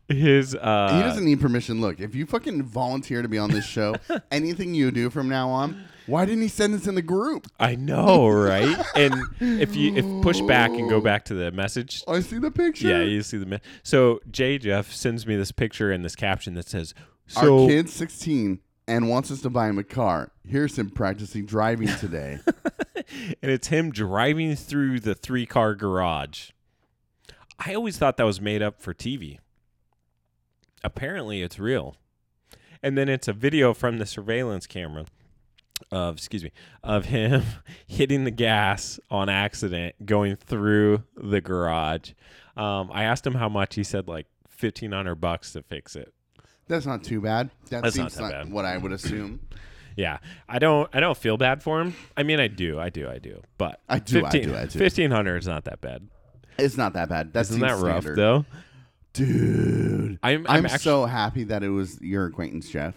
C: His uh,
B: he doesn't need permission. Look, if you fucking volunteer to be on this show, anything you do from now on, why didn't he send this in the group?
C: I know, right? and if you if push back and go back to the message,
B: I see the picture.
C: yeah, you see the me- so J Jeff sends me this picture and this caption that says,
B: Our
C: "So
B: kid's 16 and wants us to buy him a car. Here's him practicing driving today.
C: and it's him driving through the three car garage. I always thought that was made up for TV. Apparently, it's real. And then it's a video from the surveillance camera of, excuse me, of him hitting the gas on accident going through the garage. Um, I asked him how much. He said like fifteen hundred bucks to fix it.
B: That's not too bad. That
C: That's not
B: seems
C: that
B: not,
C: bad.
B: what I would assume.
C: Yeah, I don't. I don't feel bad for him. I mean, I do. I do. I do. But
B: I do, I do, I do.
C: Fifteen hundred is not that bad.
B: It's not that bad. That
C: Isn't
B: seems
C: that rough
B: standard.
C: though?
B: Dude.
C: I'm
B: I'm,
C: I'm, actually,
B: so happy that it was your acquaintance, Jeff.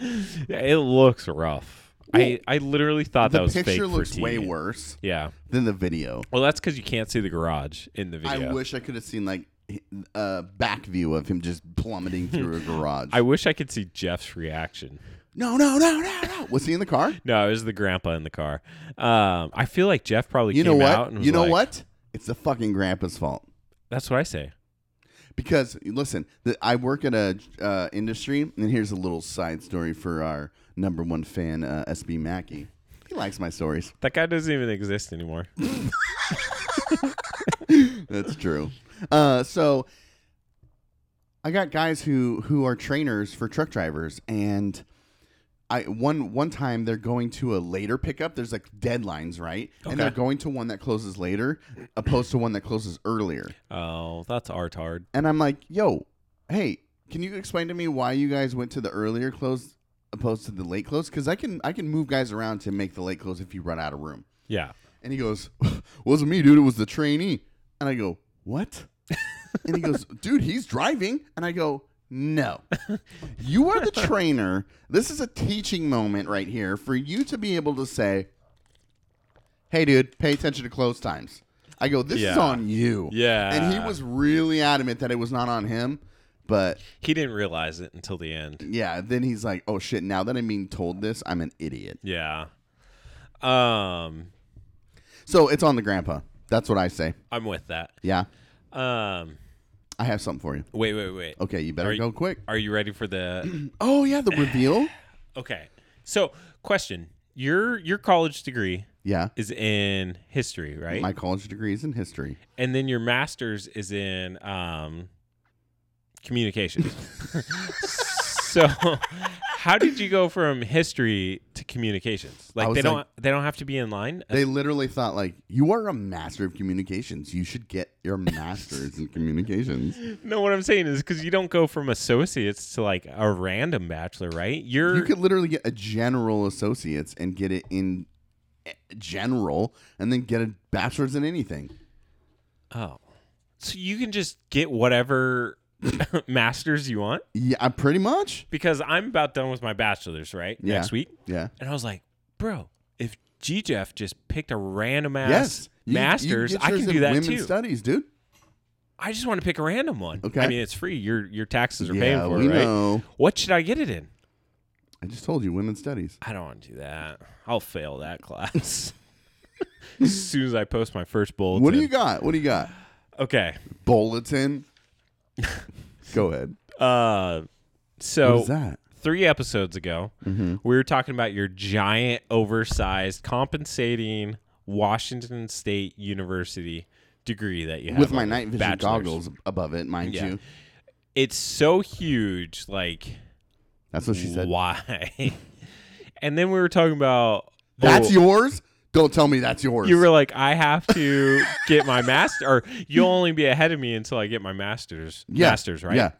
C: Yeah, it looks rough. I I literally thought that
B: the
C: was fake
B: picture looks
C: for TV.
B: way worse
C: Yeah.
B: than the video.
C: Well, that's because you can't see the garage in the video.
B: I wish I could have seen like h- a back view of him just plummeting through a garage.
C: I wish I could see Jeff's reaction.
B: no, no, no, no, no. Was he in the car?
C: No, it was the grandpa in the car. Um, I feel like Jeff probably
B: You know
C: came out
B: what?
C: and was
B: You know
C: like-
B: what? It's the fucking grandpa's fault
C: That's what I say.
B: because listen, the, I work at a uh, industry, and here's a little side story for our number one fan, uh, SB Mackey. He likes my stories.
C: That guy doesn't even exist anymore.
B: That's true. Uh, so I got guys who who are trainers for truck drivers, and I one one time they're going to a later pickup. There's like deadlines, right? And they're
C: Okay.
B: going to one that closes later, opposed to one that closes earlier.
C: Oh, that's art hard.
B: And I'm like, yo, hey, can you explain to me why you guys went to the earlier close opposed to the late close? Because I can I can move guys around to make the late close if you run out of room.
C: Yeah.
B: And he goes, wasn't me, dude. It was the trainee. And I go, what? and he goes, dude, he's driving. And I go, no. You are the trainer. This is a teaching moment right here for you to be able to say, hey, dude, pay attention to close times. I go, this is
C: Yeah.
B: on you.
C: Yeah.
B: And he was really adamant that it was not on him. But
C: He didn't realize it until the end.
B: yeah, then he's like, oh shit, now that I'm being told this, I'm an idiot.
C: Yeah. Um,
B: So it's on the grandpa. That's what I say.
C: I'm with that.
B: Yeah.
C: Um,
B: I have something for you.
C: wait, wait, wait.
B: Okay, you better
C: Are you-
B: go quick.
C: Are you ready for the?
B: Oh yeah, the reveal.
C: okay. So, question: Your your college degree
B: yeah,
C: is in history, right?
B: my college degree is in history.
C: and then your master's is in um, communications. so, how did you go from history to communications? Like
B: was
C: they don't
B: like-
C: they don't have to be in line.
B: They literally thought like, you are a master of communications. You should get your master's in communications.
C: No, what I'm saying is because you don't go from associates to like a random bachelor, right? You're
B: You could literally get a general associates and get it in eh, general, and then get a bachelor's in anything.
C: oh, so you can just get whatever masters you want
B: Yeah, uh, pretty much.
C: because I'm about done with my bachelor's, right?
B: Yeah.
C: Next week,
B: Yeah.
C: and I was like, bro, if G Jeff just picked a random ass
B: Yes. You- you can
C: masters,
B: get
C: I
B: yours
C: can
B: in
C: do that
B: women's
C: too.
B: Studies, dude.
C: I just want to pick a random one.
B: Okay.
C: I mean, it's free. Your your taxes are paying
B: yeah,
C: for
B: we
C: it, right?
B: know.
C: What should I get it in?
B: I just told you, women's studies.
C: I don't want to do that. I'll fail that class. as soon as I post my first bulletin.
B: What do you got? What do you got?
C: Okay.
B: Bulletin. go ahead.
C: Uh, so
B: what is that?
C: three episodes ago,
B: Mm-hmm.
C: we were talking about your giant, oversized, compensating Washington State University degree that you have
B: with my
C: on your
B: night vision
C: bachelor's.
B: goggles above it, mind
C: Yeah.
B: you.
C: It's so huge, like
B: That's what she said.
C: why? and then we were talking about
B: That's
C: oh,
B: yours? Don't tell me that's yours.
C: You were like, I have to get my master, or you'll only be ahead of me until I get my master's.
B: yeah.
C: Master's, right?
B: Yeah.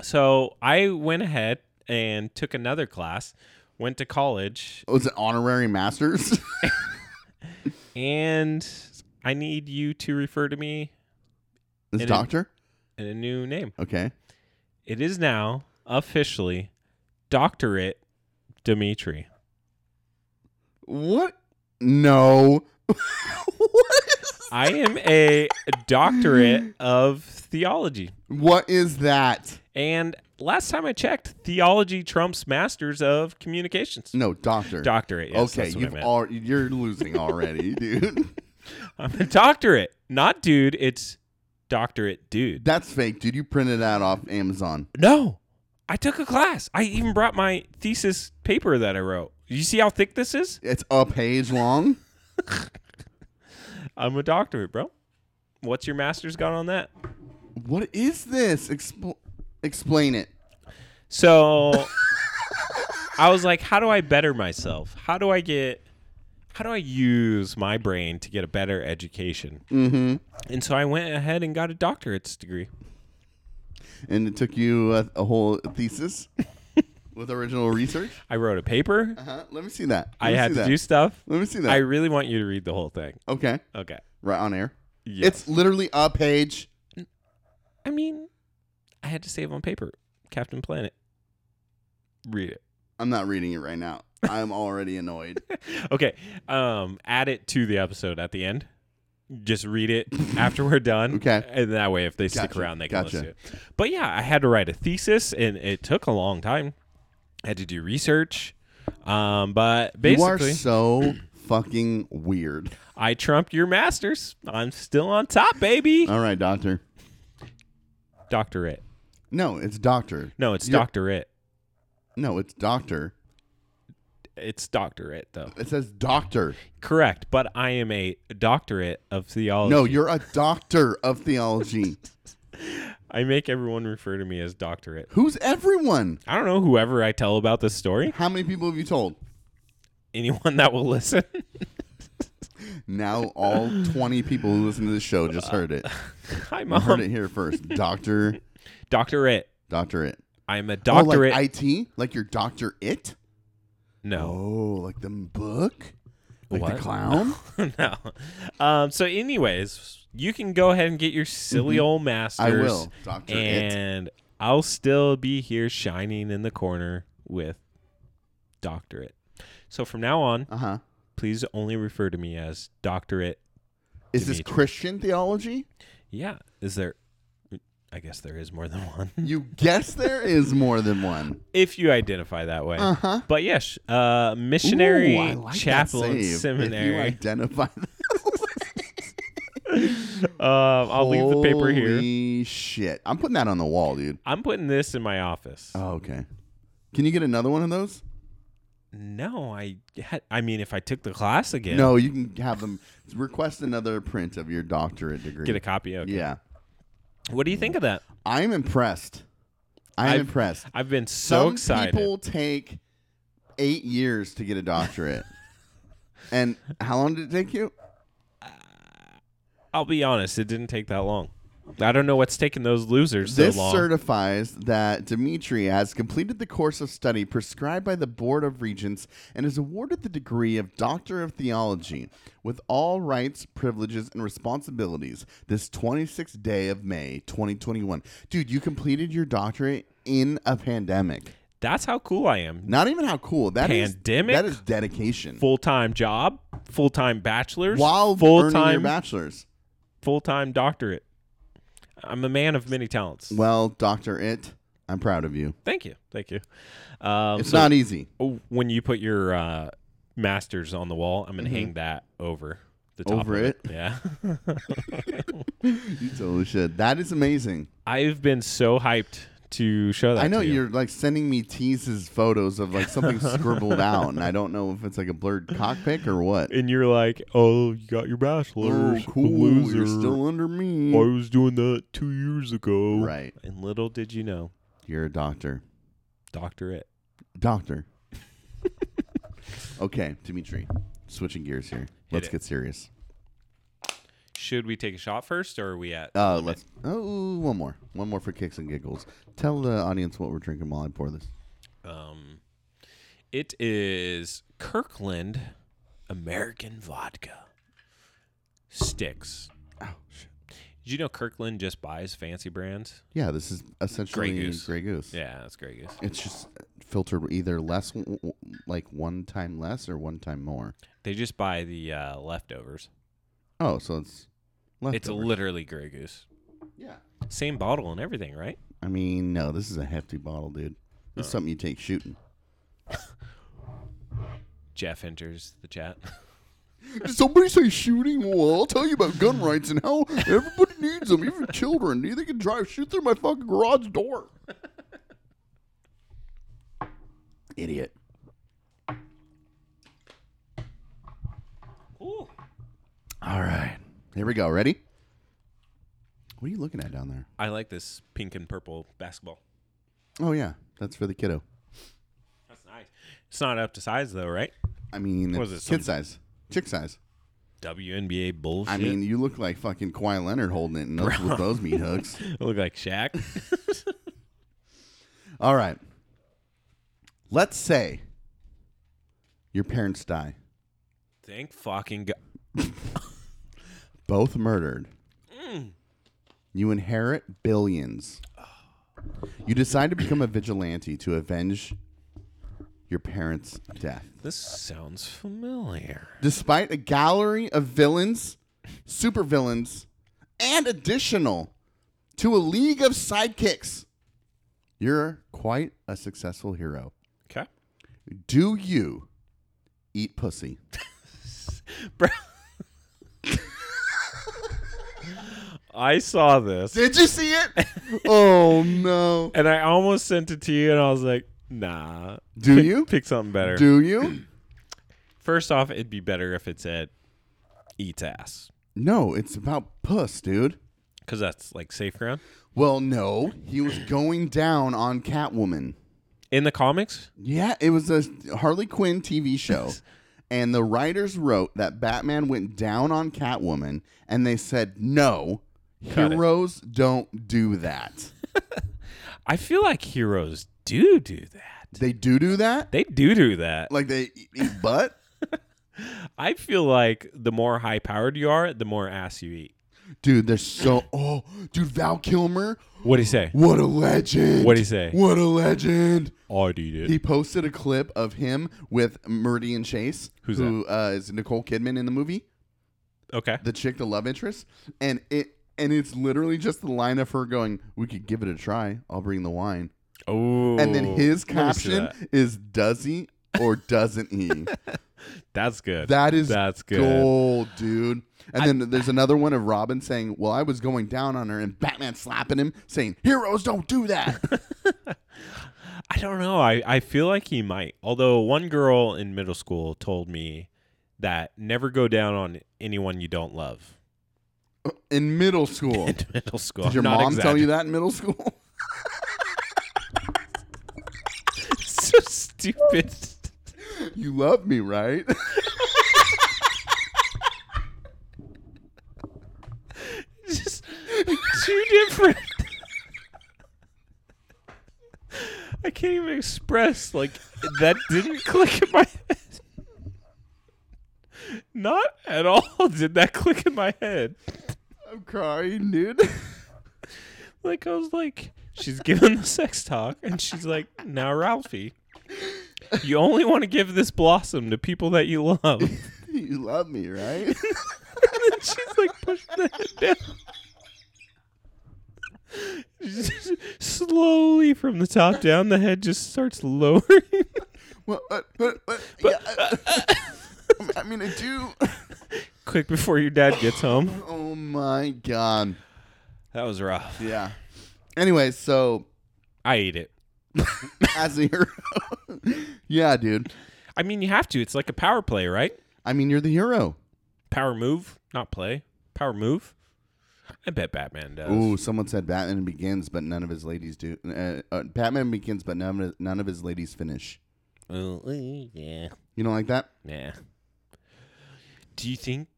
C: So I went ahead and took another class, went to college,
B: Was it Oh, honorary masters?
C: and I need you to refer to me
B: this
C: it-
B: doctor?
C: in a new name.
B: Okay.
C: It is now officially Doctorate Dimitri.
B: What? No. what? is-
C: I am a doctorate of theology.
B: What is that?
C: And last time I checked, theology trumps masters of communications.
B: No, doctor.
C: Doctorate. Yes,
B: okay,
C: that's what I
B: you've
C: meant.
B: al- you're losing already, dude.
C: I'm a doctorate, not dude. It's doctorate, dude.
B: That's fake, dude. You printed that off Amazon.
C: No, I took a class. I even brought my thesis paper that I wrote. You see how thick this is?
B: It's a page long.
C: I'm a doctorate, bro. What's your master's got on that?
B: What is this? Expl- explain it.
C: So I was like, how do I better myself? How do I get how do I use my brain to get a better education? Mm-hmm. And so I went ahead and got a doctorate's degree.
B: And it took you a, a whole thesis with original research.
C: I wrote a paper.
B: Uh-huh. Let me see that. Let
C: I
B: me
C: had
B: see
C: to
B: that.
C: do stuff.
B: Let me see that.
C: I really want you to read the whole thing.
B: okay,
C: Okay.
B: right on air.
C: Yeah.
B: It's literally a page.
C: I mean, I had to save on paper. Captain Planet. Read it.
B: I'm not reading it right now. I'm already annoyed.
C: Okay. Um, add it to the episode at the end. Just read it after we're done.
B: Okay.
C: And that way, if they stick
B: Gotcha,
C: around, they
B: gotcha.
C: can listen to it. But yeah, I had to write a thesis, and it took a long time. I had to do research. Um, but
B: you are
C: basically,
B: so fucking weird.
C: I
B: Uh,
C: trumped your masters. I'm still on top, baby.
B: All right, doctor.
C: Doctorate.
B: No, it's doctor.
C: No, it's
B: You're-
C: doctorate.
B: No, it's doctor.
C: It's doctorate though.
B: It says doctor.
C: Correct, but I am a doctorate of theology.
B: No, you're a doctor of theology.
C: I make everyone refer to me as doctorate.
B: Who's everyone?
C: I don't know whoever I tell about this story.
B: How many people have you told?
C: Anyone that will listen.
B: Now all 20 people who listen to this show just heard it.
C: Hi,
B: You heard
C: mom.
B: it here first. Doctor,
C: Doctorate.
B: doctorate.
C: I'm a
B: Oh,
C: doctorate.
B: like IT? Like your doctor it?
C: no.
B: Oh, like the book? Oh, Like
C: What?
B: the clown?
C: no. Um, so, anyways, you can go ahead and get your silly old masters.
B: Mm-hmm. I will. Doctor it.
C: And I'll still be here shining in the corner with doctorate. So, from now on,
B: Uh-huh.
C: please only refer to me as doctorate.
B: Is this
C: Dimitri.
B: Christian theology?
C: Yeah. Is there. I guess there is more than one.
B: You guess there is more than one.
C: if you identify that way.
B: Uh-huh.
C: But yes, uh, missionary
B: Ooh, I like that
C: chaplain
B: save. If you
C: seminary.
B: identify
C: um, I'll leave the paper here.
B: Holy shit. I'm putting that on the wall, dude.
C: I'm putting this in my office.
B: Oh, okay. Can you get another one of those?
C: no, I had, I mean, if I took the class again,
B: No, you can have them request another print of your doctorate degree.
C: get a copy. Okay.
B: Yeah.
C: What do you think of that?
B: I'm impressed. I'm
C: I've-
B: impressed.
C: I've been so
B: Some
C: excited.
B: people take eight years to get a doctorate. and how long did it take you?
C: I'll be honest, it didn't take that long. I don't know what's taking those losers
B: this
C: so long.
B: certifies that Dimitri has completed the course of study prescribed by the Board of Regents and is awarded the degree of Doctor of Theology with all rights, privileges, and responsibilities this 26th day of May 2021. Dude, you completed your doctorate in a pandemic.
C: That's how cool I am.
B: Not even how cool. That is
C: Pandemic?
B: that is dedication.
C: Full time job, full time bachelor's,
B: While
C: full
B: earning your
C: time
B: bachelor's.
C: full time doctorate. I'm a man of many talents.
B: Well, Doctor It, I'm proud of you.
C: Thank you, thank you. Um,
B: It's
C: so
B: not easy.
C: when you put your uh, masters on the wall. I'm gonna hang that over the top
B: Mm-hmm. Over
C: of
B: it?
C: Yeah,
B: You totally should. That is amazing.
C: I've been so hyped to show that.
B: I know
C: to you.
B: you're like sending me teases photos of like something scribbled out, and I don't know if it's like a blurred cockpit or what.
C: and you're like, oh, you got your bachelor's,
B: Oh, cool,
C: loser. Oh.
B: you're still under
C: I
B: me.
C: was doing that two years ago.
B: Right,
C: And little did you know,
B: you're a doctor.
C: doctorate.
B: Doctor. okay, Dimitri, switching gears here. Let's
C: it.
B: get serious.
C: Should we take a shot first, or are we at?
B: Uh, let's. Oh, one more, one more for kicks and giggles. Tell the audience what we're drinking while I pour this.
C: Um, it is Kirkland American vodka sticks.
B: Oh shit.
C: Did you know Kirkland just buys fancy brands?
B: Yeah, this is essentially Grey Goose.
C: Goose. Yeah, that's Grey Goose.
B: It's just filtered either less, w- w- like one time less or one time more.
C: They just buy the uh, leftovers.
B: Oh, so it's leftover.
C: It's literally Grey Goose.
B: yeah.
C: Same bottle and everything, right?
B: I mean, no, this is a hefty bottle, dude. This is something you take shooting.
C: Jeff enters the chat.
B: Did somebody say shooting? Well, I'll tell you about gun rights and how everybody needs them, even children. Neither can drive shoot through my fucking garage door. Idiot.
C: Ooh.
B: All right, here we go. Ready? What are you looking at down there?
C: I like this pink and purple basketball.
B: Oh yeah, that's for the kiddo.
C: That's nice. It's not up to size though, right?
B: I mean,
C: What is
B: it's
C: it,
B: kid size, chick size.
C: WNBA bullshit.
B: I mean, you look like fucking Kawhi Leonard holding it in those, with those meat hooks.
C: I look like Shaq.
B: All right. Let's say your parents die,
C: Thank fucking god.
B: both murdered. You inherit billions. You decide to become a vigilante to avenge your parents' death.
C: This sounds familiar.
B: Despite a gallery of villains, supervillains, and additional to a league of sidekicks, you're quite a successful hero.
C: Okay.
B: Do you eat pussy?
C: Bro. I saw this
B: Did you see it? oh no.
C: and I almost sent it to you, and I was like, nah.
B: Do
C: Pick-
B: you?
C: Pick something better.
B: Do you?
C: First off, it'd be better if it said eats ass.
B: No, it's about puss, dude.
C: Because that's like safe ground.
B: Well, no, he was going down on Catwoman.
C: In the comics,
B: Yeah, it was a Harley Quinn TV show. and the writers wrote that Batman went down on Catwoman and they said, no,
C: Cut it."
B: heroes don't do that.
C: I feel like heroes do do that.
B: They do do that?
C: They do do that.
B: Like they eat eat butt?
C: I feel like the more high powered you are, the more ass you eat.
B: Dude, they're so. Oh, dude, Val Kilmer,
C: What do you say?
B: what a legend.
C: What'd he say?
B: What a legend.
C: I'd eat
B: He posted a clip of him with Meridian Chase,
C: Who's
B: who uh, is Nicole Kidman in the movie.
C: Okay.
B: the chick, the love interest, and it and it's literally just the line of her going, "We could give it a try. I'll bring the wine."
C: Oh.
B: and then his
C: let me see
B: caption
C: that.
B: is, "Does he or doesn't he?"
C: That's good.
B: That is
C: That's good.
B: gold, dude. And then there's another one of Robin saying, "Well, I was going down on her," and Batman slapping him, saying, "Heroes don't do that."
C: I don't know. I, I feel like he might. Although one girl in middle school told me that never go down on anyone you don't love.
B: in middle school,
C: In middle school.
B: did your
C: I'm not
B: mom tell you
C: exaggerating.
B: that in middle school?
C: so stupid.
B: you love me, right?
C: Just two different. I can't even express like that didn't click in my head. Not at all did that click in my head.
B: I'm crying, dude.
C: Like I was like, she's giving the sex talk, and she's like, now Ralphie, you only want to give this blossom to people that you love. And
B: you love me, right?
C: then she's like pushing the head down. Just slowly from the top down, the head just starts lowering.
B: What? What? What? what yeah, I- I mean, I do.
C: Quick before your dad gets home.
B: Oh my god.
C: That was rough.
B: Yeah. Anyway, so
C: I ate it.
B: as a hero, yeah, dude.
C: I mean, you have to. It's like a power play, right?
B: I mean, you're the hero.
C: Power move, not play. Power move. I bet Batman does.
B: Ooh, someone said Batman Begins, but none of his ladies do. Uh, uh, Batman Begins, but none of, none of his ladies finish.
C: Ooh, yeah.
B: You don't like that?
C: Nah. Do you think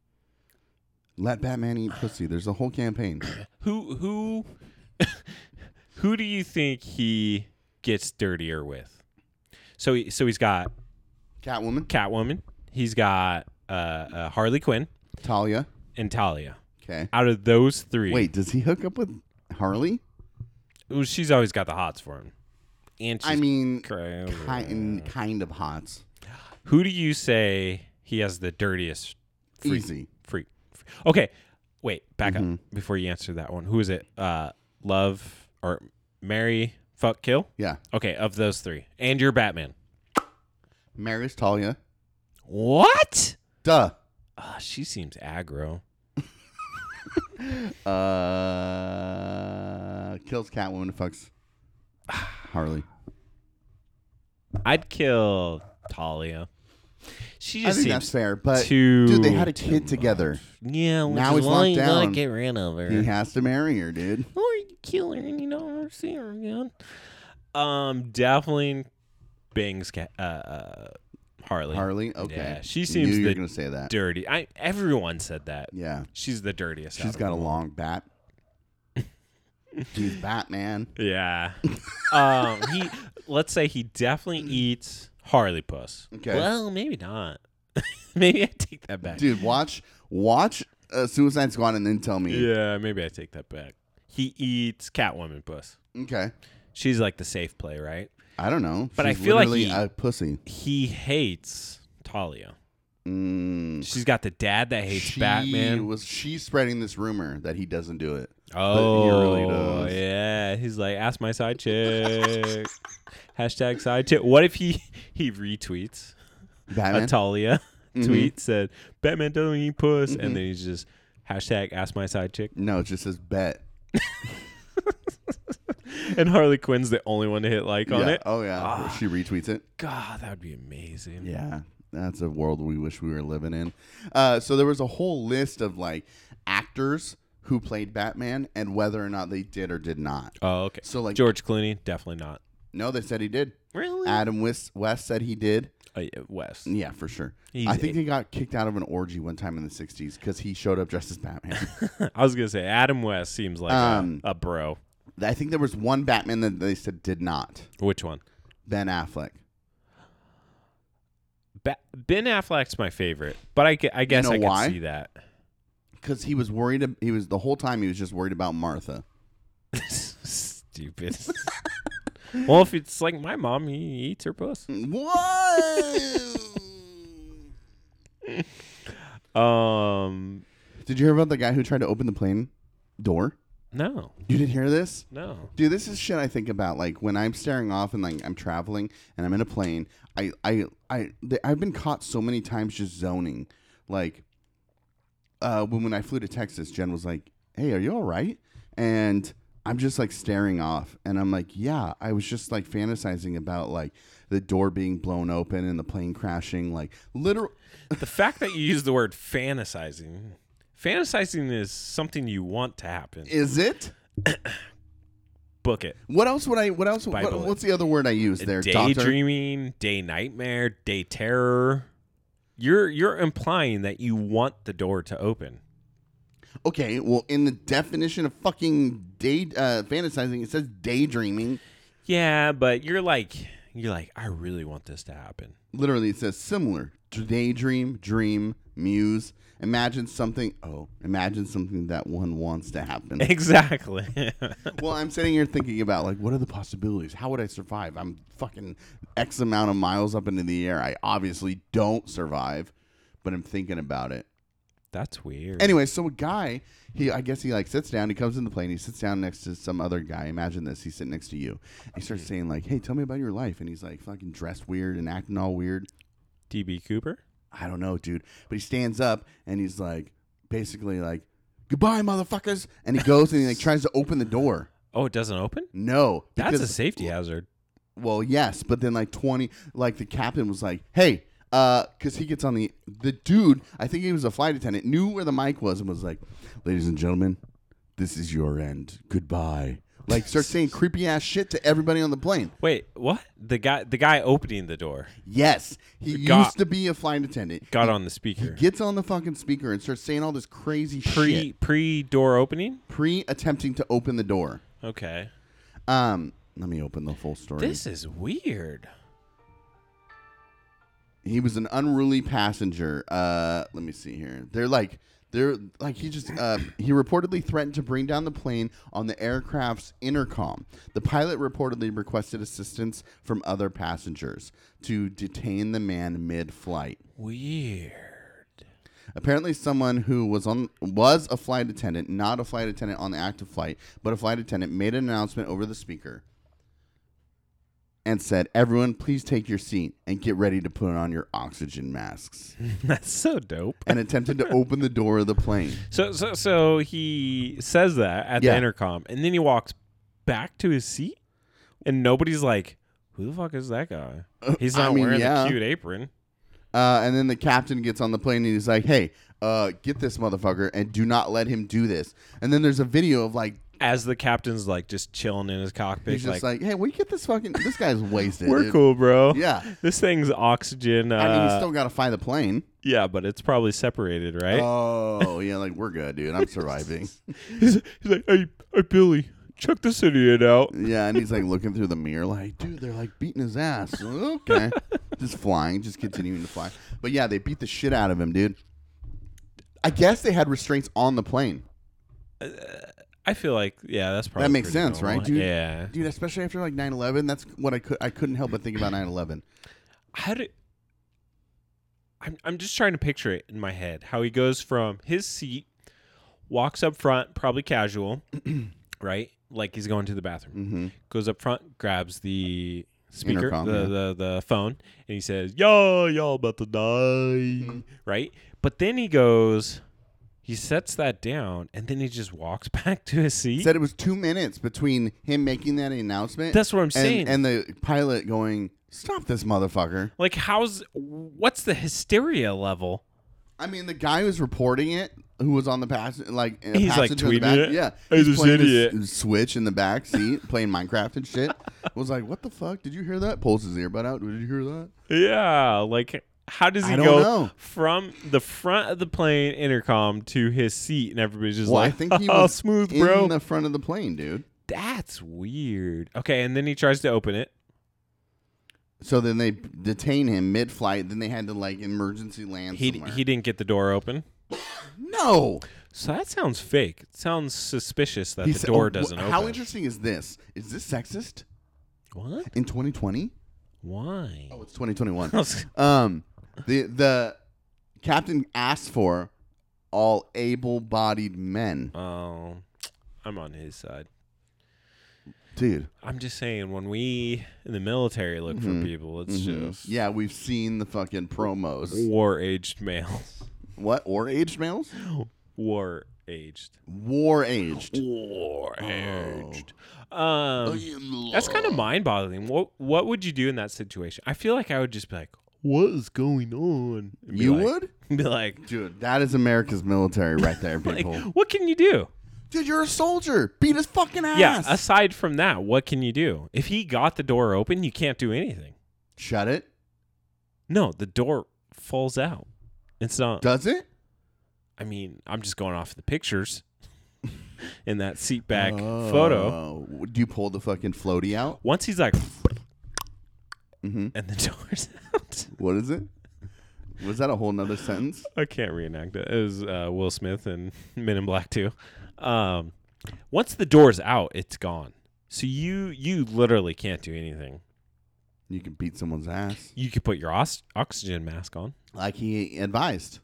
B: Let Batman eat pussy. There's a whole campaign.
C: who who who do you think he gets dirtier with? So he, so he's got
B: Catwoman,
C: Catwoman, he's got uh, uh, Harley Quinn
B: Talia.
C: and Talia.
B: Okay.
C: Out of those three,
B: Wait, does he hook up with Harley?
C: ooh, she's always got the hots for him. And she's
B: I mean,
C: crazy.
B: kind kind of hot.
C: who do you say he has the dirtiest? Freak?
B: Easy.
C: freak. Okay, wait, back up
B: Mm-hmm.
C: before you answer that one. Who is it? Uh, love or Mary? Fuck, kill.
B: Yeah.
C: Okay, of those three, and you're Batman.
B: Marries Talia.
C: What?
B: Duh.
C: Uh, she seems aggro.
B: Uh, kills Catwoman. Fucks Harley.
C: I'd kill Talia. She
B: I
C: just
B: think that's
C: seems
B: fair, but
C: too.
B: dude, they had a
C: too
B: kid
C: much.
B: together.
C: Yeah, which
B: Now
C: is
B: he's
C: why
B: locked
C: you gotta
B: down.
C: get rid of her.
B: He has to marry her, dude.
C: or you kill her and you don't ever see her again. Um, definitely bangs ca- uh, uh, Harley.
B: Harley. Okay.
C: Yeah, she
B: Knew
C: seems
B: you were
C: the
B: gonna say that.
C: dirty. I everyone said that.
B: Yeah.
C: She's the dirtiest. out
B: She's
C: of
B: got a
C: them.
B: long bat. He's Batman.
C: Yeah. um, he let's say he definitely eats Harley Puss.
B: Okay.
C: Well, maybe not. maybe I take that back.
B: Dude, watch watch uh, Suicide Squad and then tell me.
C: Yeah, maybe I take that back. He eats Catwoman Puss.
B: Okay.
C: She's like the safe play, right?
B: I don't know.
C: But I
B: She's
C: feel like
B: literally
C: he-
B: a pussy.
C: He hates Talia.
B: Mm.
C: She's got the dad that hates
B: she
C: Batman.
B: Was she's spreading this rumor that he doesn't do it?
C: oh,
B: really does.
C: yeah. He's like, ask my side chick. Hashtag side chick. What if he he retweets
B: Batman. Mm-hmm.
C: a Talia tweet said Batman doesn't eat puss, and then he's just Hashtag ask my side chick.
B: No, it just says bet.
C: And Harley Quinn's the only one to hit like on
B: yeah.
C: it. Ah.
B: Oh yeah, she retweets it.
C: God, that would be amazing.
B: Yeah, that's a world we wish we were living in. Uh, so there was a whole list of like actors who played Batman and whether or not they did or did not.
C: Oh, okay.
B: So like,
C: George Clooney, definitely not.
B: no, they said he did.
C: Really?
B: Adam West, West said he did.
C: Uh, yeah, Wes.
B: Yeah, for sure.
C: He's
B: I think
C: a-
B: he got kicked out of an orgy one time in the '60s because he showed up dressed as Batman.
C: I was gonna say Adam West seems like
B: Um,
C: a, a bro.
B: I think there was one Batman that they said did not.
C: Which one?
B: Ben Affleck.
C: Ba- ben Affleck's my favorite, but I, gu- I guess
B: know
C: I can
B: why?
C: see that.
B: Because he was worried. ab- He was the whole time. He was just worried about Martha.
C: Stupid. well, if it's like my mom, he eats her puss.
B: What?
C: Um,
B: Did you hear about the guy who tried to open the plane door?
C: no,
B: You didn't hear this?
C: no.
B: Dude, this is shit I think about. Like when I'm staring off and like I'm traveling and I'm in a plane. I I I th- I've been caught so many times just zoning. Like uh, when when I flew to Texas, Jen was like, "Hey, are you all right?" And I'm just like staring off, and I'm like, "Yeah." I was just like fantasizing about like the door being blown open and the plane crashing. Like literal.
C: The fact that you use the word fantasizing, fantasizing is something you want to happen.
B: Is it?
C: Book it.
B: What else would I? What else? What,
C: Bible it.
B: what's the other word I use there? Doctor.
C: Daydreaming, day nightmare, day terror. You're you're implying that you want the door to open.
B: Okay, well, in the definition of fucking day uh, fantasizing, it says daydreaming.
C: Yeah, but you're like you're like I really want this to happen.
B: Literally, it says similar. Daydream, dream, muse. Imagine something. Oh, imagine something that one wants to happen.
C: Exactly.
B: well, I'm sitting here thinking about like, what are the possibilities? How would I survive? I'm fucking X amount of miles up into the air. I obviously don't survive, but I'm thinking about it.
C: That's weird.
B: Anyway, so a guy, he I guess he like sits down, he comes in the plane, he sits down next to some other guy. Imagine this, he's sitting next to you. He starts saying like, "Hey, tell me about your life." And he's like fucking dressed weird and acting all weird.
C: DB Cooper.
B: I don't know, dude. But he stands up and he's like basically like, "Goodbye, motherfuckers." And he goes and he like tries to open the door.
C: Oh, it doesn't open.
B: No.
C: That's a
B: because-
C: safety hazard.
B: Well, yes, but then like 20 like the captain was like, "Hey, uh, cause he gets on the the dude. I think he was a flight attendant. Knew where the mic was and was like, "Ladies and gentlemen, this is your end. Goodbye." Like, start saying creepy ass shit to everybody on the plane.
C: Wait, what? The guy the guy opening the door
B: Yes, he
C: Got-
B: used to be a flight attendant.
C: got on the speaker.
B: Gets on the fucking speaker and starts saying all this crazy
C: Pre
B: shit
C: pre door opening?
B: pre attempting to open the door.
C: Okay.
B: Um, let me open the full story.
C: This is weird.
B: he was an unruly passenger. Uh, let me see here. They're like they're like he just uh, he reportedly threatened to bring down the plane on the aircraft's intercom. The pilot reportedly requested assistance from other passengers to detain the man mid-flight.
C: Weird.
B: Apparently, someone who was on was a flight attendant, not a flight attendant on the active flight, but a flight attendant, made an announcement over the speaker and said, "Everyone, please take your seat and get ready to put on your oxygen masks."
C: That's so dope.
B: and attempted to open the door of the plane.
C: So so so he says that at
B: Yeah.
C: the intercom and then he walks back to his seat and nobody's like, Who the fuck is that guy? He's
B: Uh, I
C: not
B: mean,
C: wearing
B: yeah.
C: the cute apron.
B: Uh, and then the captain gets on the plane and he's like, "Hey, uh, get this motherfucker and do not let him do this." And then there's a video of like
C: As the captain's like just chilling in his cockpit,
B: he's just like, "Hey, we get this fucking this guy's wasted."
C: We're
B: dude."
C: cool, bro.
B: Yeah.
C: This thing's oxygen. Uh,
B: I mean, he's still got to fly the plane.
C: yeah, but it's probably separated, right?
B: Oh yeah, like we're good, dude. I'm surviving.
C: he's, he's like, hey, hey, Billy, check this idiot out.
B: yeah, and he's like looking through the mirror, like, dude, they're like beating his ass. Okay, just flying, just continuing to fly. But yeah, they beat the shit out of him, dude. I guess they had restraints on the plane.
C: I feel like, yeah, that's probably
B: that makes
C: pretty
B: sense,
C: normal.
B: right, dude?
C: Yeah.
B: dude. Especially after like 9-11, that's what I could. I couldn't help but think about 9-11.
C: How did? I'm I'm just trying to picture it in my head. How he goes from his seat, walks up front, probably casual, right? Like he's going to the bathroom.
B: Mm-hmm.
C: Goes up front, grabs the speaker,
B: Intercom,
C: the,
B: yeah.
C: the the phone, and he
B: Mm-hmm.
C: says, "Yo, y'all about to die," right? But then he goes, He sets that down and then he just walks back to his seat.
B: Said it was two minutes between him making that announcement.
C: That's what I'm
B: and-
C: saying.
B: And the pilot going, "Stop this motherfucker."
C: like, how's what's the hysteria level?
B: I mean, the guy who's reporting it, who was on the pass, like in a
C: He's, like,
B: passenger in the
C: tweeting
B: back,
C: it.
B: Yeah,
C: He's this
B: playing his
C: idiot.
B: switch in the back seat, playing Minecraft and shit. was like, what the fuck? Did you hear that? Pulls his earbud out. Did you hear that?
C: Yeah, like how does he
B: I don't
C: go
B: know.
C: from the front of the plane intercom to his seat and everybody's just
B: well,
C: like,
B: I think he
C: "Oh,
B: was
C: smooth,
B: in
C: bro."
B: the front of the plane, dude.
C: That's weird. Okay, and then he tries to open it.
B: So then they detain him mid-flight. Then they had to like emergency land
C: He
B: somewhere.
C: he didn't get the door open.
B: no.
C: So that sounds fake. It sounds suspicious that
B: He
C: the
B: said-
C: door
B: oh, wh-
C: doesn't open.
B: How interesting is this? Is this sexist
C: What?
B: in 2020?
C: Why?
B: Oh, it's 2021. Um, the the captain asked for all able-bodied men,
C: Oh, I'm on his side.
B: dude.
C: I'm just saying, when we in the military look for people, it's
B: Mhm.
C: just
B: Yeah, we've seen the fucking promos.
C: war aged males.
B: What or aged males?
C: War aged.
B: War aged.
C: War aged.
B: Oh,
C: Um, that's kind of mind boggling. What What would you do in that situation? I feel like I would just be like, "What is going on?" And be
B: You
C: like-
B: would,
C: be like,
B: dude. That is America's military right there,
C: like,
B: people.
C: "What can you do?"
B: dude, you're a soldier. Beat his fucking ass.
C: Yeah. Aside from that, what can you do? If he got the door open, you can't do anything.
B: Shut it.
C: No, the door falls out. It's not.
B: Does it?
C: I mean, I'm just going off the pictures in that seat back photo.
B: Oh. Do you pull the fucking floaty out?
C: Once he's like,
B: Mm-hmm.
C: and the door's out.
B: What is it? Was that a whole nother sentence?
C: I can't reenact it. It was uh, Will Smith and Men in Black too. Um, once the door's out, it's gone. So you you literally can't do anything.
B: You can beat someone's ass,
C: You could put your os- oxygen mask on.
B: like he advised.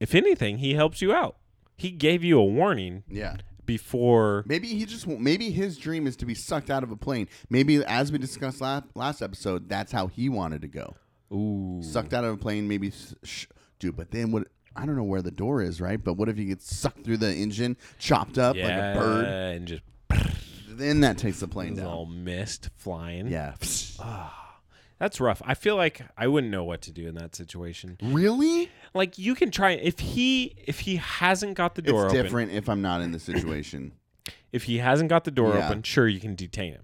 C: If anything, he helps you out. He gave you a warning
B: Yeah.
C: before.
B: Maybe he just wa- maybe his dream is to be sucked out of a plane. Maybe as we discussed last, last episode, that's how he wanted to go.
C: Ooh,
B: Sucked out of a plane, maybe s- sh- dude. But then what? I don't know where the door is, right? But what if you get sucked through the engine, chopped up like
C: yeah,
B: a bird?
C: and just
B: Then that takes the plane down.
C: all mist flying.
B: Yeah.
C: That's rough. I feel like I wouldn't know what to do in that situation.
B: really?
C: Like you can try if he if he hasn't got the door
B: it's
C: open.
B: different if I'm not in the situation.
C: If he hasn't got the door
B: Yeah.
C: open, sure you can detain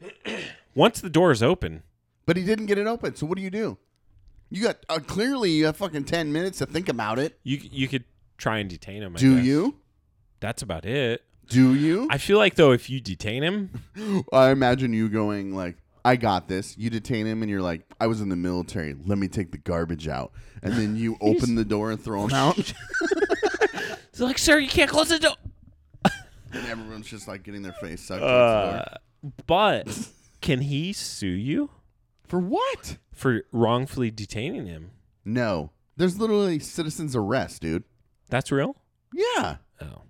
C: him. Once the door is open,
B: But he didn't get it open. So what do you do? You got uh, clearly you have fucking ten minutes to think about it.
C: you you could try and detain him. I
B: Do
C: guess.
B: you?
C: That's about it.
B: Do you?
C: I feel like though if you detain him,
B: I imagine you going like, "I got this." You detain him, and you're like, "I was in the military. Let me take the garbage out." And then you open the door and throw him out,
C: it's like sir, you can't close the door.
B: and everyone's just like getting their face sucked.
C: Uh,
B: into the door.
C: but can he sue you
B: For what?
C: for wrongfully detaining him?
B: No, there's literally citizens arrest, dude.
C: That's real.
B: Yeah,
C: Oh,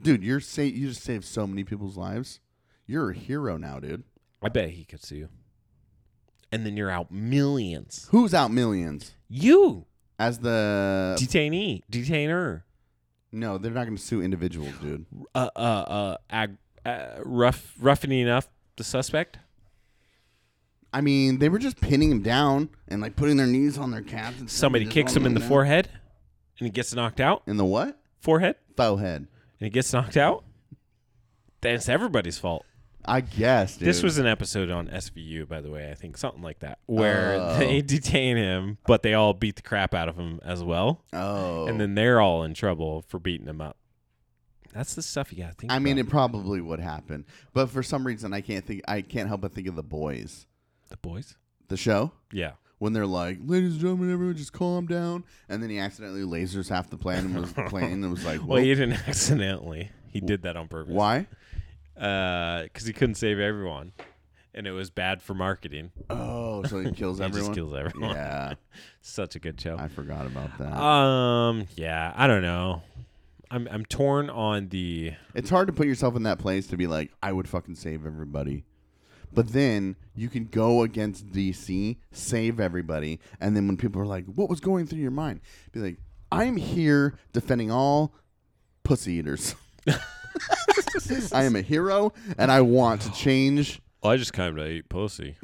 B: dude, you're sa- you just saved so many people's lives. You're a hero now, dude.
C: I bet he could sue. And then you're out millions.
B: Who's out millions?
C: You
B: As the
C: detainee, detainer,
B: no, they're not going to sue individuals, dude.
C: uh, uh, uh, ag- uh rough, roughening up the suspect.
B: I mean, they were just pinning him down and like putting their knees on their calves. And
C: Somebody
B: just
C: kicks him in the
B: down.
C: forehead, and he gets knocked out.
B: In the what?
C: Forehead,
B: Faux head.
C: and he gets knocked out. Then it's everybody's fault.
B: I guess, dude.
C: This was an episode on SVU, by the way. I think something like that, where
B: Oh.
C: they detain him, but they all beat the crap out of him as well,
B: Oh.
C: and then they're all in trouble for beating him up. That's the stuff you gotta think.
B: I mean,
C: about.
B: it probably would happen, but for some reason, I can't think. I can't help but think of the boys,
C: the boys.
B: the show,
C: Yeah.
B: when they're like, "Ladies and gentlemen, everyone, just calm down," and then he accidentally lasers half the plane and was playing and was like,
C: Well,
B: "Whoa,
C: he didn't accidentally. He did that on purpose.
B: "Why?"
C: because he couldn't save everyone, and it was bad for marketing.
B: Oh, so he kills
C: He
B: everyone.
C: just kills everyone.
B: Yeah,
C: Such a good show.
B: I forgot about that.
C: um, yeah, I don't know. I'm I'm torn on the
B: It's hard to put yourself in that place to be like, I would fucking save everybody. But then you can go against DC, save everybody, and then when people are like, "What was going through your mind?" Be like, I'm here defending all pussy eaters. I am a hero, and I want to change.
C: Well, I just kind of ate pussy.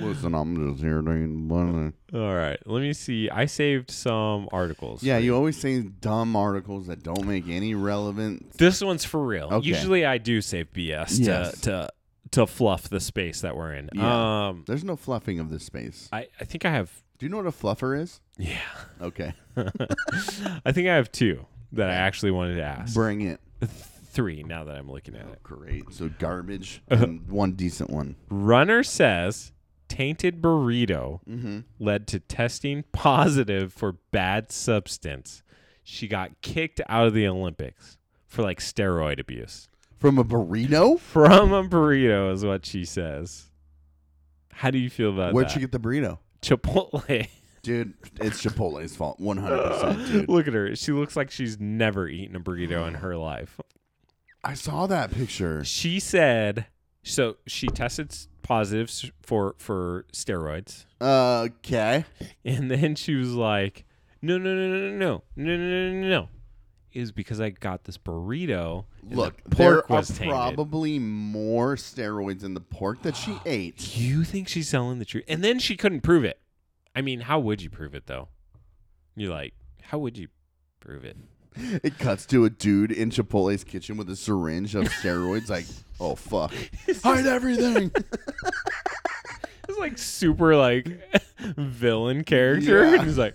B: Listen, I'm just here doing money.
C: All right, let me see. I saved some articles.
B: Yeah,
C: for
B: you always say dumb articles that don't make any relevant.
C: This one's for real.
B: Okay.
C: Usually I do save BS
B: Yes.
C: to, to to fluff the space that we're in.
B: Yeah.
C: Um
B: There's no fluffing of this space.
C: I, I think I have
B: Do you know what a fluffer is?
C: yeah.
B: Okay,
C: I think I have two that I actually wanted to ask.
B: bring it.
C: Three now that I'm looking at it.
B: Great. So garbage
C: Uh-huh.
B: and one decent one.
C: Runner says tainted burrito
B: Mm-hmm.
C: led to testing positive for bad substance. She got kicked out of the Olympics for like steroid abuse.
B: From a burrito?
C: From a burrito is what she says. How do you feel about
B: Where'd
C: that?
B: you get the burrito?
C: Chipotle.
B: Dude, it's Chipotle's fault. 100%, dude.
C: Look at her. She looks like she's never eaten a burrito in her life.
B: I saw that picture.
C: She said so she tested s- positive s- for for steroids.
B: Okay.
C: And then she was like, "No, no, no, no, no, no, no, no, no, no, no." It was because I got this burrito. and the
B: Look,
C: pork
B: there are
C: was tainted.
B: probably more steroids in the pork that she ate.
C: You think she's telling the truth? And then she couldn't prove it. I mean, how would you prove it though? You're like, how would you prove it?
B: It cuts to a dude in Chipotle's kitchen with a syringe of steroids. like, oh, fuck. Hide everything.
C: It's like super like villain character,
B: Yeah.
C: and he's like,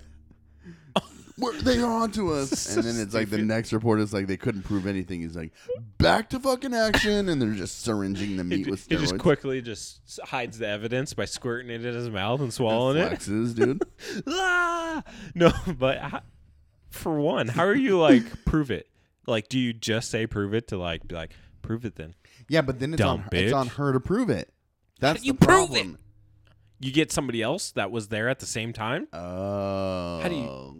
B: We're, they are onto us. And then it's like the next report is like they couldn't prove anything. He's like, back to fucking action. And they're just syringing the
C: it,
B: meat
C: ju-
B: with steroids.
C: it just quickly just s- hides the evidence by squirting it in his mouth and swallowing it.
B: Flexes, dude.
C: ah! No, but h- for one, how are you like prove it? Like, do you just say prove it to like be like prove it? Then
B: Yeah, but then it's on
C: Dumb
B: her, it's
C: bitch.
B: on her to prove it. That's
C: do you
B: the
C: prove
B: problem.
C: you get somebody else that was there at the same time.
B: Oh,
C: do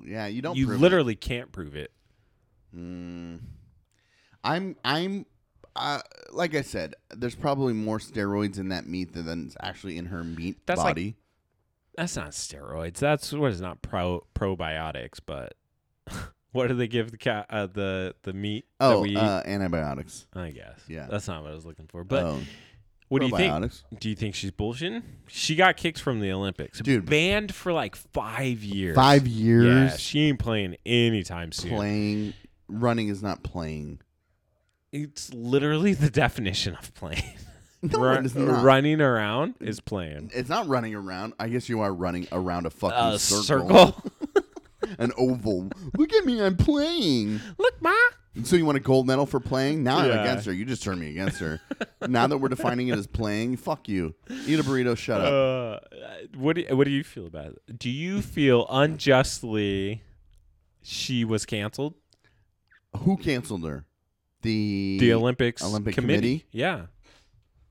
C: you-
B: Yeah, you don't.
C: you
B: prove it.
C: literally can't prove it.
B: Mm. I'm. I'm. Uh, like I said, there's probably more steroids in that meat than than's actually in her meat
C: That's like-
B: body.
C: That's not steroids. That's what is not pro probiotics, but. What do they give the cat uh, the the meat that
B: oh,
C: we eat?
B: uh, antibiotics.
C: I guess.
B: yeah.
C: That's not what I was looking for. But
B: oh,
C: what do you think?
B: probiotics.
C: Do you think she's bullshitting? She got kicked from the Olympics.
B: Dude.
C: Banned for like five years.
B: Five years
C: Yeah, she ain't playing anytime soon.
B: playing. Running is not playing.
C: It's literally the definition of playing.
B: No,
C: Run-
B: it is not.
C: Running around is playing.
B: It's not running around. I guess you are running around a fucking
C: A
B: circle,
C: circle.
B: an oval. Look at me, I'm playing.
C: Look, ma.
B: So you want a gold medal for playing? Now I'm
C: Yeah.
B: against her. You just turned me against her. now that we're defining it as playing, fuck you. Eat a burrito. Shut up.
C: Uh, what do what do you feel about it? Do you feel unjustly she was canceled? Uh,
B: Who canceled her? The
C: The Olympics
B: Olympic Committee?
C: Yeah.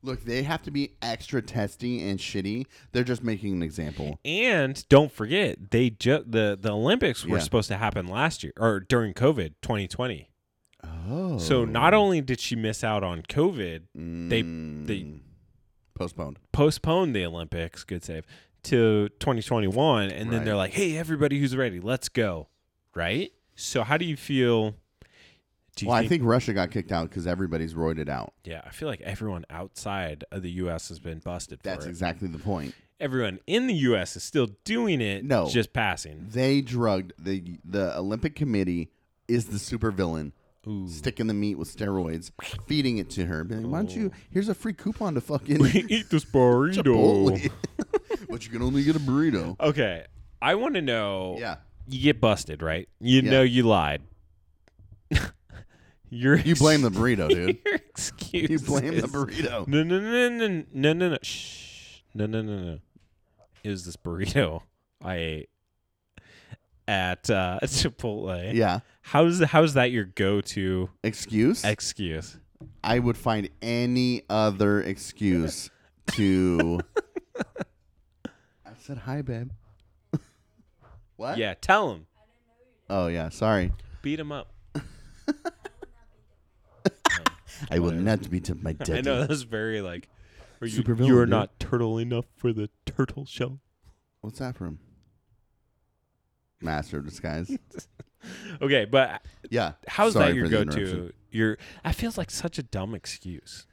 B: Look, they have to be extra testy and shitty. They're just making an example.
C: And don't forget, they ju- the the Olympics were
B: Yeah.
C: supposed to happen last year or during COVID 2020.
B: Oh,
C: So not only did she miss out on COVID, they they
B: Mm. postponed.
C: postponed the Olympics, good save, to 2021 and then
B: Right.
C: they're like, "Hey, everybody who's ready, let's go." Right? So how do you feel do you
B: Well, I think Russia got kicked out because everybody's roided out.
C: yeah, I feel like everyone outside of the US has been busted
B: That's
C: for it.
B: exactly the point.
C: everyone in the US is still doing it,
B: No.
C: it's just passing.
B: They drugged the the Olympic Committee is the supervillain
C: Ooh.
B: sticking the meat with steroids, feeding it to her. Be like, Why don't
C: Oh.
B: you? Here's a free coupon to fucking
C: Eat this burrito.
B: Chipotle. but you can only get a burrito.
C: Okay. I want to know.
B: Yeah.
C: You get busted, right? You
B: Yeah.
C: know you lied. You're
B: You blame the burrito, dude.
C: Your excuse.
B: You blame the burrito.
C: No, no, no, no, no, no, no, no. Shh. No, no, no, no. It was this burrito I ate at uh, Chipotle.
B: Yeah.
C: How's how's that your go-to
B: Excuse?
C: excuse?
B: I would find any other excuse to. I said hi, babe. what?
C: Yeah, tell him.
B: Oh yeah. Sorry.
C: Beat him up.
B: I will not beat up my daddy.
C: I know that was very like. "Are You,
B: Supervillain,
C: you are
B: dude.
C: not turtle enough for the turtle shell.
B: What's that from? master of disguise.
C: Okay, but
B: Yeah.
C: how's
B: Sorry
C: that your
B: for the
C: go-to?
B: interruption.
C: Your that feels like such a dumb excuse.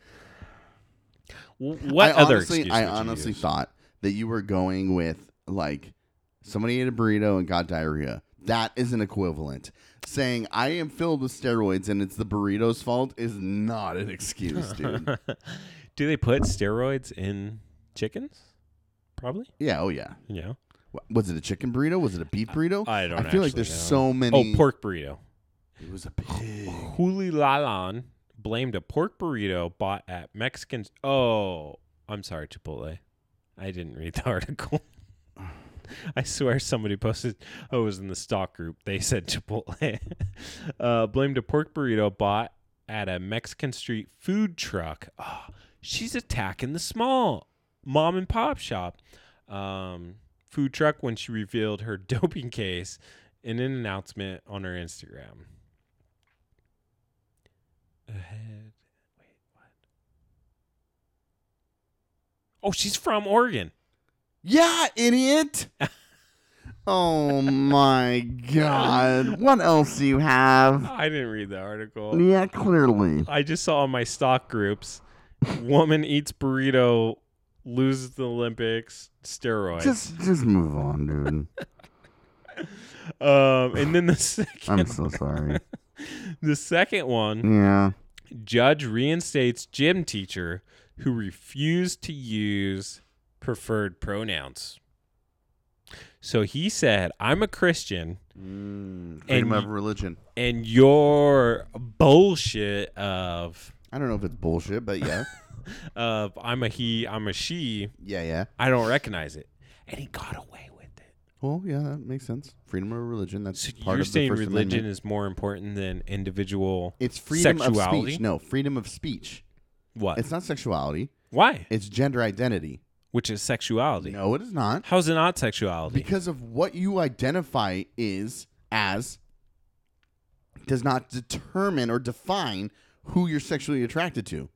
C: W- What
B: I
C: other
B: honestly,
C: excuse?
B: I
C: would you
B: honestly
C: use?
B: thought that you were going with like somebody ate a burrito and got diarrhea. That is an equivalent. Saying I am filled with steroids and it's the burrito's fault is not an excuse, dude.
C: Do they put steroids in chickens? Probably.
B: yeah. Oh yeah.
C: Yeah.
B: Wha- Was it a chicken burrito? Was it a beef burrito?
C: I don't.
B: I feel like
C: actually
B: there's
C: know.
B: so many.
C: Oh, pork burrito.
B: It was a pig.
C: Huli Lalan blamed a pork burrito bought at Mexican. Oh, I'm sorry, Chipotle. I didn't read the article. I swear somebody posted. Oh, it was in the stock group. They said Chipotle uh, blamed a pork burrito bought at a Mexican street food truck. Oh, she's attacking the small mom and pop shop um, food truck when she revealed her doping case in an announcement on her Instagram ahead. Wait, what? Oh, she's from Oregon.
B: Yeah, idiot. oh my god. What else do you have?
C: I didn't read the article.
B: Yeah, clearly.
C: I just saw on my stock groups woman eats burrito, loses the Olympics, steroids.
B: Just just move on, dude.
C: um, and then the second,
B: I'm so sorry.
C: the second one
B: Yeah.
C: judge reinstates gym teacher who refused to use preferred pronouns. So he said, I'm a Christian.
B: Mm, freedom
C: And
B: of
C: y-
B: religion.
C: and your bullshit of
B: I don't know if it's bullshit, but yeah.
C: of I'm a he, I'm a she,
B: yeah, yeah.
C: I don't recognize it. And he got away with it.
B: Well, yeah, that makes sense. Freedom of religion. That's
C: So
B: part
C: you're
B: of the
C: saying
B: First
C: religion
B: Amendment.
C: is more important than individual
B: It's freedom of
C: sexuality?
B: speech. No, freedom of speech.
C: what?
B: It's not sexuality.
C: Why?
B: It's gender identity.
C: Which is sexuality.
B: No, it is not.
C: How's it not sexuality?
B: because of what you identify is as does not determine or define who you're sexually attracted to.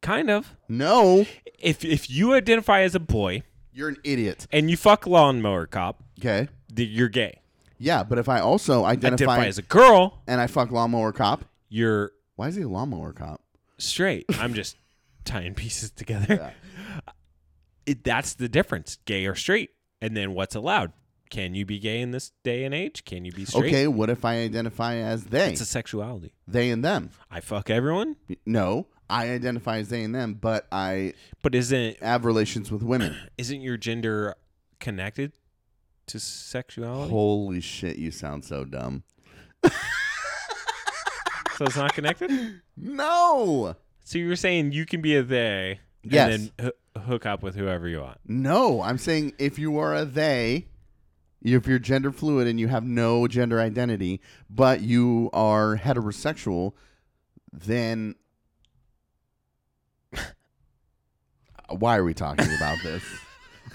C: kind of.
B: No,
C: If if you identify as a boy
B: you're an idiot.
C: and you fuck lawnmower cop,
B: Okay.
C: th- you're gay.
B: Yeah, but if I also identify,
C: Identify as a girl,
B: and I fuck lawnmower cop,
C: you're
B: why is he a lawnmower cop?
C: straight. I'm just tying pieces together. It, that's the difference, gay or straight. And then what's allowed? Can you be gay in this day and age? Can you be straight?
B: Okay, what if I identify as they?
C: It's a sexuality.
B: they and them.
C: I fuck everyone,
B: No, I identify as they and them, but I
C: but isn't
B: have relations with women.
C: isn't your gender connected to sexuality?
B: Holy shit, you sound so dumb.
C: So it's not connected.
B: No.
C: so you're saying you can be a they
B: Yes.
C: and then h- hook up with whoever you want.
B: No, I'm saying if you are a they, if you're gender fluid and you have no gender identity, but you are heterosexual, then why are we talking about this?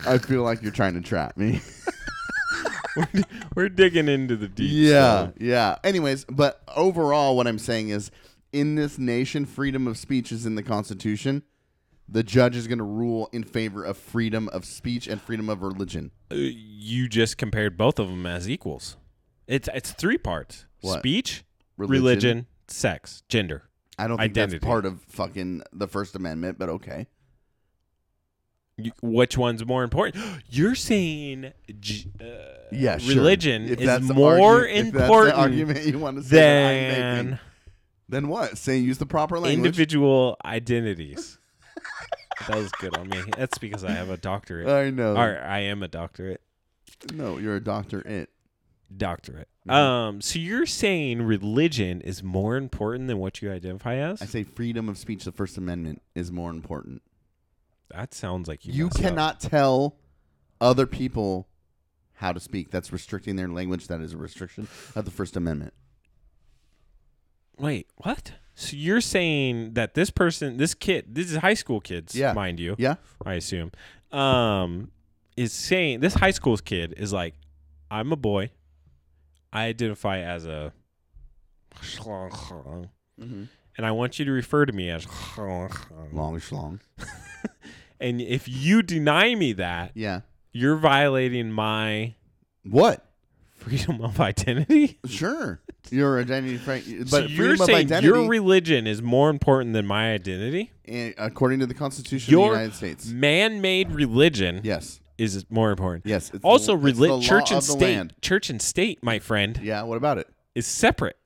B: I feel like you're trying to trap me.
C: We're, we're digging into the deep.
B: yeah,
C: so-
B: yeah. Anyways, but overall, what I'm saying is, in this nation, freedom of speech is in the Constitution. The judge is going to rule in favor of freedom of speech and freedom of religion.
C: Uh, you just compared both of them as equals. It's it's three parts:
B: What?
C: speech,
B: Religion.
C: religion, sex, gender.
B: I don't think that's
C: Identity.
B: part of fucking the First Amendment, but okay.
C: You- which one's more important? You're saying j- uh,
B: Yeah, sure.
C: religion
B: If
C: is
B: that's the
C: more
B: argu- if that's the
C: important
B: argument you want to say that I'm making,
C: than
B: then what? Say use the proper language.
C: individual identities. that was good on me. That's because I have a doctorate.
B: I know.
C: or I am a doctorate.
B: No, you're a doctor. It.
C: Doctorate.
B: Mm-hmm.
C: Um, so you're saying religion is more important than what you identify as?
B: I say freedom of speech. The First Amendment is more important.
C: that sounds like you.
B: You
C: messed up.
B: cannot tell other people how to speak. That's restricting their language. That is a restriction of the First Amendment.
C: Wait, what? So you're saying that this person, this kid, this is high school kids,
B: Yeah.
C: mind you.
B: Yeah.
C: I assume, um, is saying this high school kid is like, I'm a boy. I identify as a,
B: Mm-hmm.
C: and I want you to refer to me as.
B: Long schlong.
C: And if you deny me that,
B: Yeah.
C: you're violating my
B: What?
C: freedom of identity.
B: Sure, your identity, fra- but
C: so you're
B: freedom of
C: saying
B: identity,
C: your religion is more important than my identity?
B: eh, according to the Constitution
C: Your
B: of the United States,
C: man-made religion
B: yes,
C: is more important.
B: yes. It's
C: Also,
B: the, it's
C: reli-
B: the law
C: church and
B: of the
C: state,
B: land.
C: church and state, my friend,
B: Yeah, what about it?
C: is separate.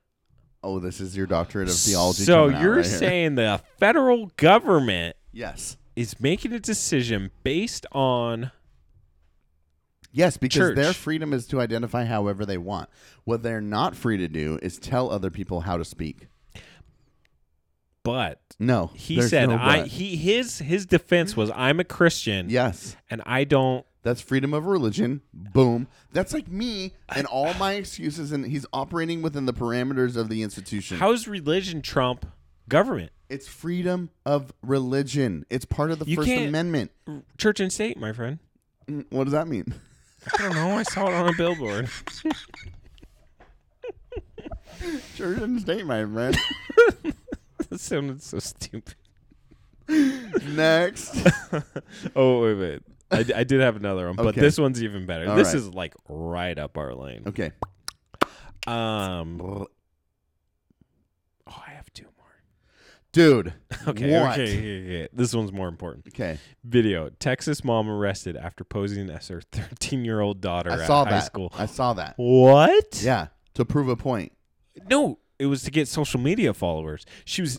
B: Oh, this is your doctorate of theology.
C: so
B: coming out
C: you're
B: right here.
C: saying the federal government
B: yes,
C: is making a decision based on
B: yes, because
C: Church.
B: their freedom is to identify however they want. What they're not free to do is tell other people how to speak.
C: but
B: No,
C: he
B: there's
C: said
B: no
C: I
B: but.
C: he his his defense was I'm a Christian
B: yes.
C: and I don't
B: That's freedom of religion. Boom. That's like me and all my excuses, and he's operating within the parameters of the institution.
C: how's religion trump government
B: it's freedom of religion. It's part of the
C: You
B: 1st
C: can't-
B: Amendment.
C: church and state my friend
B: Mm, What does that mean?
C: I don't know I saw it on a billboard
B: Church and state, my friend.
C: that sounded so stupid
B: Next.
C: oh wait wait I, I did have another one but
B: Okay.
C: this one's even better
B: All
C: this
B: right.
C: is like right up our lane
B: Okay.
C: um oh I have two more
B: Dude.
C: okay
B: What?
C: okay, okay, okay. this one's more important
B: Okay.
C: Video: Texas mom arrested after posing as her 13-year-old daughter
B: I
C: at
B: saw
C: high
B: that.
C: school.
B: I saw that.
C: What?
B: Yeah. To prove a point.
C: No, it was to get social media followers. She was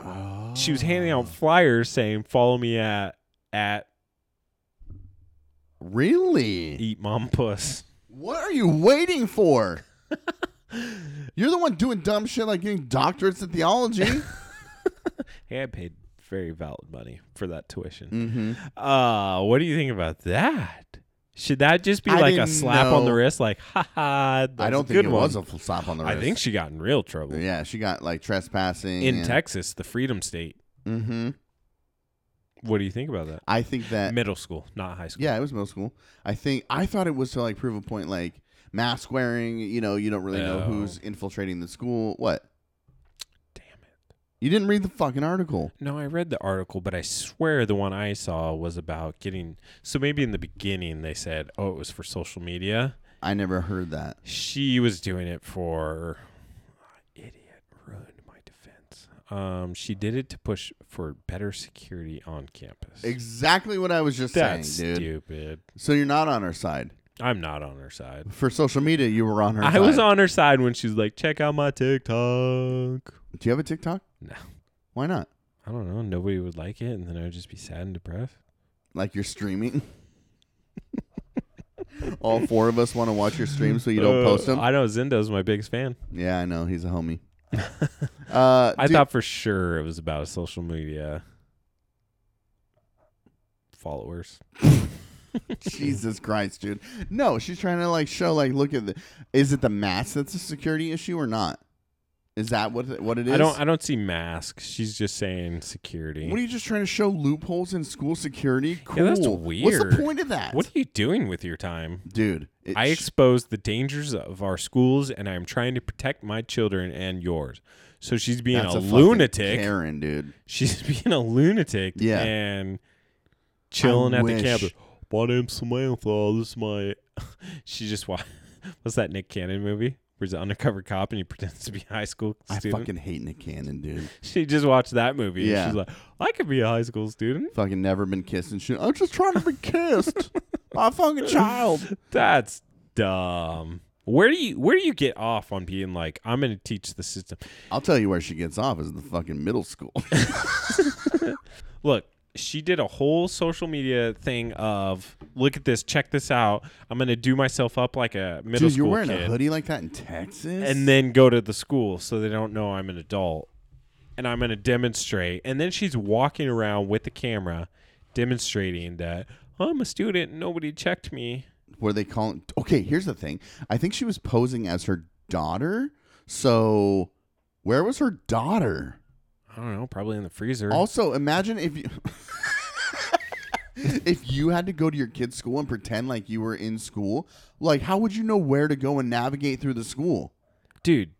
C: she was handing
B: Oh.
C: out flyers saying, "Follow me at at
B: Really?
C: Eat Mom Puss."
B: What are you waiting for? You're the one doing dumb shit like getting doctorates in theology.
C: Hey, I paid very valid money for that tuition.
B: mm-hmm.
C: Uh, what do you think about that? Should that just be
B: I
C: like a
B: didn't
C: slap on the
B: know.
C: wrist, like "ha ha"? That's
B: I
C: a
B: don't think
C: good
B: it
C: one.
B: was a full stop on the
C: I
B: wrist.
C: think she got in real trouble
B: yeah, she got like trespassing
C: in
B: and-
C: Texas, the Freedom State.
B: Mhm.
C: What do you think about that?
B: I think that
C: Middle school, not high school.
B: yeah, it was middle school. I think I thought it was to like prove a point, like mask wearing. You know, you don't really know
C: Oh.
B: who's infiltrating the school. What
C: Damn it.
B: you didn't read the fucking article.
C: No, I read the article, but I swear the one I saw was about getting. So maybe in the beginning they said, oh, it was for social media.
B: I never heard that.
C: She was doing it for. Idiot ruined my defense. Um, she did it to push for better security on campus.
B: Exactly what I was just
C: That's
B: saying, dude.
C: stupid.
B: So you're not on her side
C: I'm not on her side.
B: for social media. You were on her.
C: I was
B: side.
C: on her side when she was like, check out my TikTok.
B: Do you have a TikTok?
C: No.
B: Why not?
C: I don't know. Nobody would like it, and then I would just be sad and depressed.
B: Like you're streaming. All four of us want to watch your streams, so you don't
C: Uh,
B: post them.
C: I know Zendo's my biggest fan.
B: Yeah, I know he's a homie. uh,
C: I
B: dude,
C: thought for sure it was about social media followers.
B: Jesus Christ, dude. No, she's trying to like show like look at the. Is it the mask that's a security issue or not? Is that what it- what it is?
C: I don't. I don't see masks. She's just saying security.
B: what are you just trying to show loopholes in school security? Cool.
C: Yeah, that's
B: What's
C: weird.
B: the point of that,
C: What are you doing with your time?
B: dude? It,
C: I
B: sh-
C: expose the dangers of our schools, and I am trying to protect my children and yours. So she's being
B: that's
C: a,
B: fucking
C: lunatic.
B: Karen, dude.
C: She's being a lunatic.
B: Yeah.
C: and chilling
B: I
C: at
B: wish.
C: the campus. My name's Samantha. This is my. she just watched. What's that Nick Cannon movie? Where he's an undercover cop and he pretends to be a high school
B: I
C: student.
B: fucking hate Nick Cannon, dude.
C: she just watched that movie. and
B: Yeah.
C: she's like, I could be a high school student.
B: Fucking never been kissed and shit. I'm just trying to be kissed by a fucking child.
C: That's dumb. Where do you where do you get off on being like I'm going to teach the system?
B: I'll tell you where she gets off is the fucking middle school.
C: Look, she did a whole social media thing of look at this, check this out. I'm going to do myself up like a middle
B: Dude,
C: school
B: you're wearing
C: kid.
B: a hoodie like that in Texas,
C: and then go to the school so they don't know I'm an adult and I'm going to demonstrate. And then she's walking around with the camera demonstrating that "Oh, I'm a student and nobody checked me.
B: were they calling? Okay, here's the thing. I think she was posing as her daughter. So, where was her daughter?
C: I don't know, probably in the freezer.
B: Also, imagine if you if you had to go to your kid's school and pretend like you were in school. Like, how would you know where to go and navigate through the school?
C: Dude,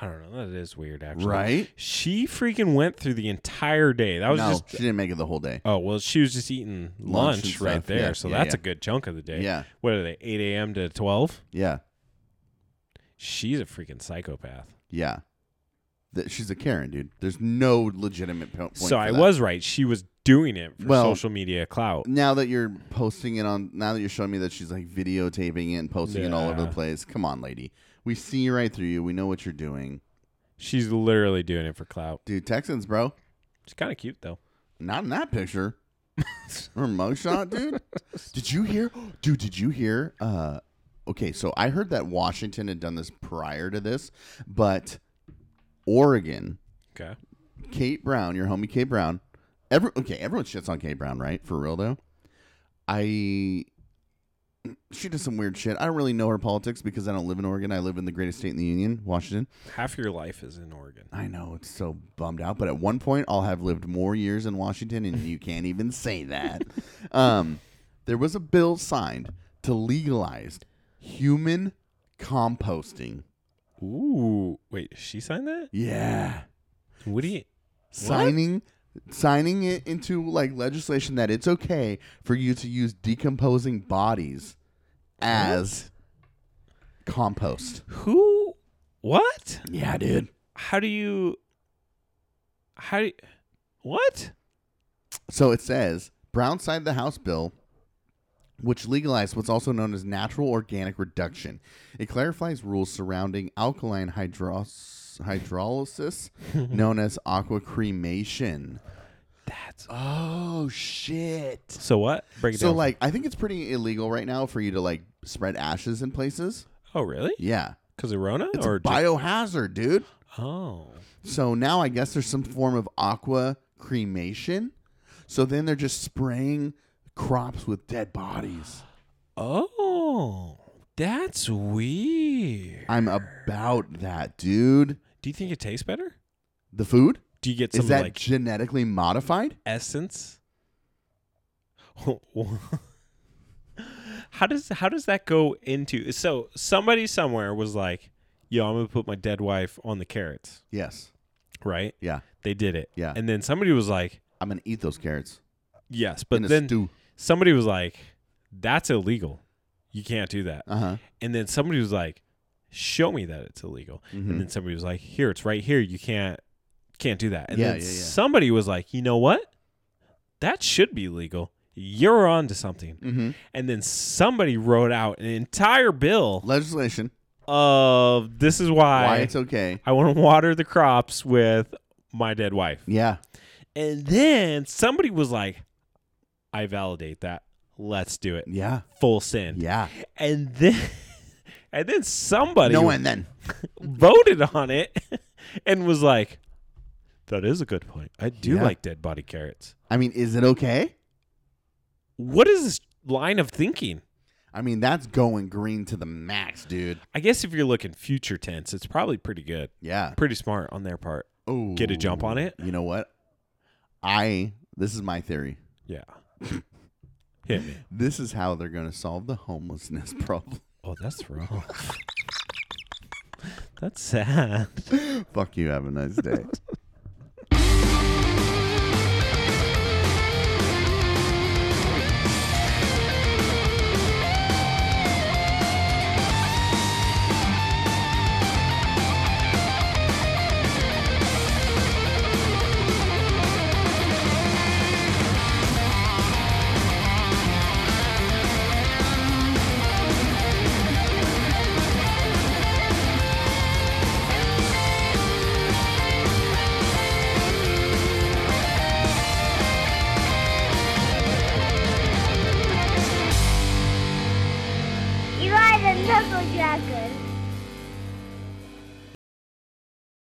C: I don't know. That is weird, actually.
B: right?
C: She freaking went through the entire day. That was
B: no,
C: just.
B: she didn't make it the whole day.
C: Oh well, she was just eating
B: Lunch and
C: lunch, right
B: stuff,
C: there,
B: yeah,
C: so
B: yeah,
C: that's
B: yeah.
C: a good chunk of the day.
B: Yeah.
C: What are they? Eight a.m. to twelve.
B: Yeah,
C: She's a freaking psychopath.
B: yeah. Th- she's a Karen, dude. There's no legitimate po- point.
C: So
B: for
C: I
B: that.
C: was right. She was doing it for
B: Well-
C: social media clout.
B: Now that you're posting it on, now that you're showing me that she's like videotaping it and posting it all over the
C: Yeah.
B: place. Come on, lady. We see right through you. We know what you're doing,
C: She's literally doing it for clout.
B: dude. Texans, bro.
C: She's kind of cute though.
B: Not in that picture. Her mugshot, dude. Did you hear, dude? Did you hear? Uh, okay, so I heard that Washington had done this prior to this, but Oregon,
C: Okay.
B: Kate Brown, your homie Kate Brown. Every okay, everyone shits on Kate Brown, right? For real though, I she does some weird shit. I don't really know her politics because I don't live in Oregon. I live in the greatest state in the union, Washington.
C: Half your life is in Oregon.
B: I know it's so bummed out, but at one point I'll have lived more years in Washington, and you can't even say that. um, there was a bill signed to legalize human composting.
C: Ooh, wait, she signed that?
B: Yeah,
C: What do you?
B: signing signing it into like legislation that it's okay for you to use decomposing bodies as compost.
C: Who? What?
B: Yeah, dude.
C: How do you? How? Do you, what?
B: So it says Brown signed the House bill, which legalized what's also known as natural organic reduction. It clarifies rules surrounding alkaline hydros- hydrolysis, known as aqua cremation.
C: That's
B: Oh shit!
C: so. What? Break it
B: So
C: down.
B: like, I think it's pretty illegal right now for you to like spread ashes in places.
C: oh really?
B: Yeah,
C: Because of Rona
B: it's
C: or
B: a biohazard, dude.
C: just, oh,
B: So now I guess there's some form of aqua cremation. So then they're just spraying crops with dead bodies.
C: oh, that's weird.
B: I'm about that, dude.
C: Do you think it tastes better?
B: The food
C: Do you get
B: is
C: some
B: that
C: like
B: genetically modified?
C: essence? how does how does that go into? So somebody somewhere was like, "Yo, I'm gonna put my dead wife on the carrots."
B: Yes.
C: Right?
B: Yeah.
C: They did it.
B: Yeah.
C: And then somebody was like,
B: I'm gonna eat those carrots
C: "Yes,"
B: in
C: but
B: a
C: then
B: stew.
C: somebody was like, "That's illegal. You can't do that."
B: Uh huh.
C: And then somebody was like, "Show me that it's illegal."
B: Mhm.
C: And then somebody was like, "Here, it's right here. You can't can't do that." And
B: Yeah,
C: then
B: yeah, yeah.
C: somebody was like, "You know what? That should be legal. You're on to something."
B: Mm-hmm.
C: And then somebody wrote out an entire bill
B: Legislation.
C: of this is why,
B: why it's okay.
C: I want to water the crops with my dead wife.
B: Yeah.
C: And then somebody was like, "I validate that. Let's do it.
B: Yeah.
C: Full send."
B: Yeah.
C: And then and then somebody
B: no, and then
C: voted on it and was like, that is a good point. I do
B: Yeah.
C: like dead body carrots.
B: I mean, is it okay?
C: What is this line of thinking?
B: I mean, that's going green to the max, dude.
C: I guess if you're looking future tense, it's probably pretty good.
B: Yeah.
C: Pretty smart on their part.
B: Oh,
C: Get a jump on it?
B: You know what? I this is my theory.
C: Yeah. Hit me.
B: This is how they're going to solve the homelessness problem.
C: Oh, that's wrong. that's sad.
B: Fuck you. Have a nice day.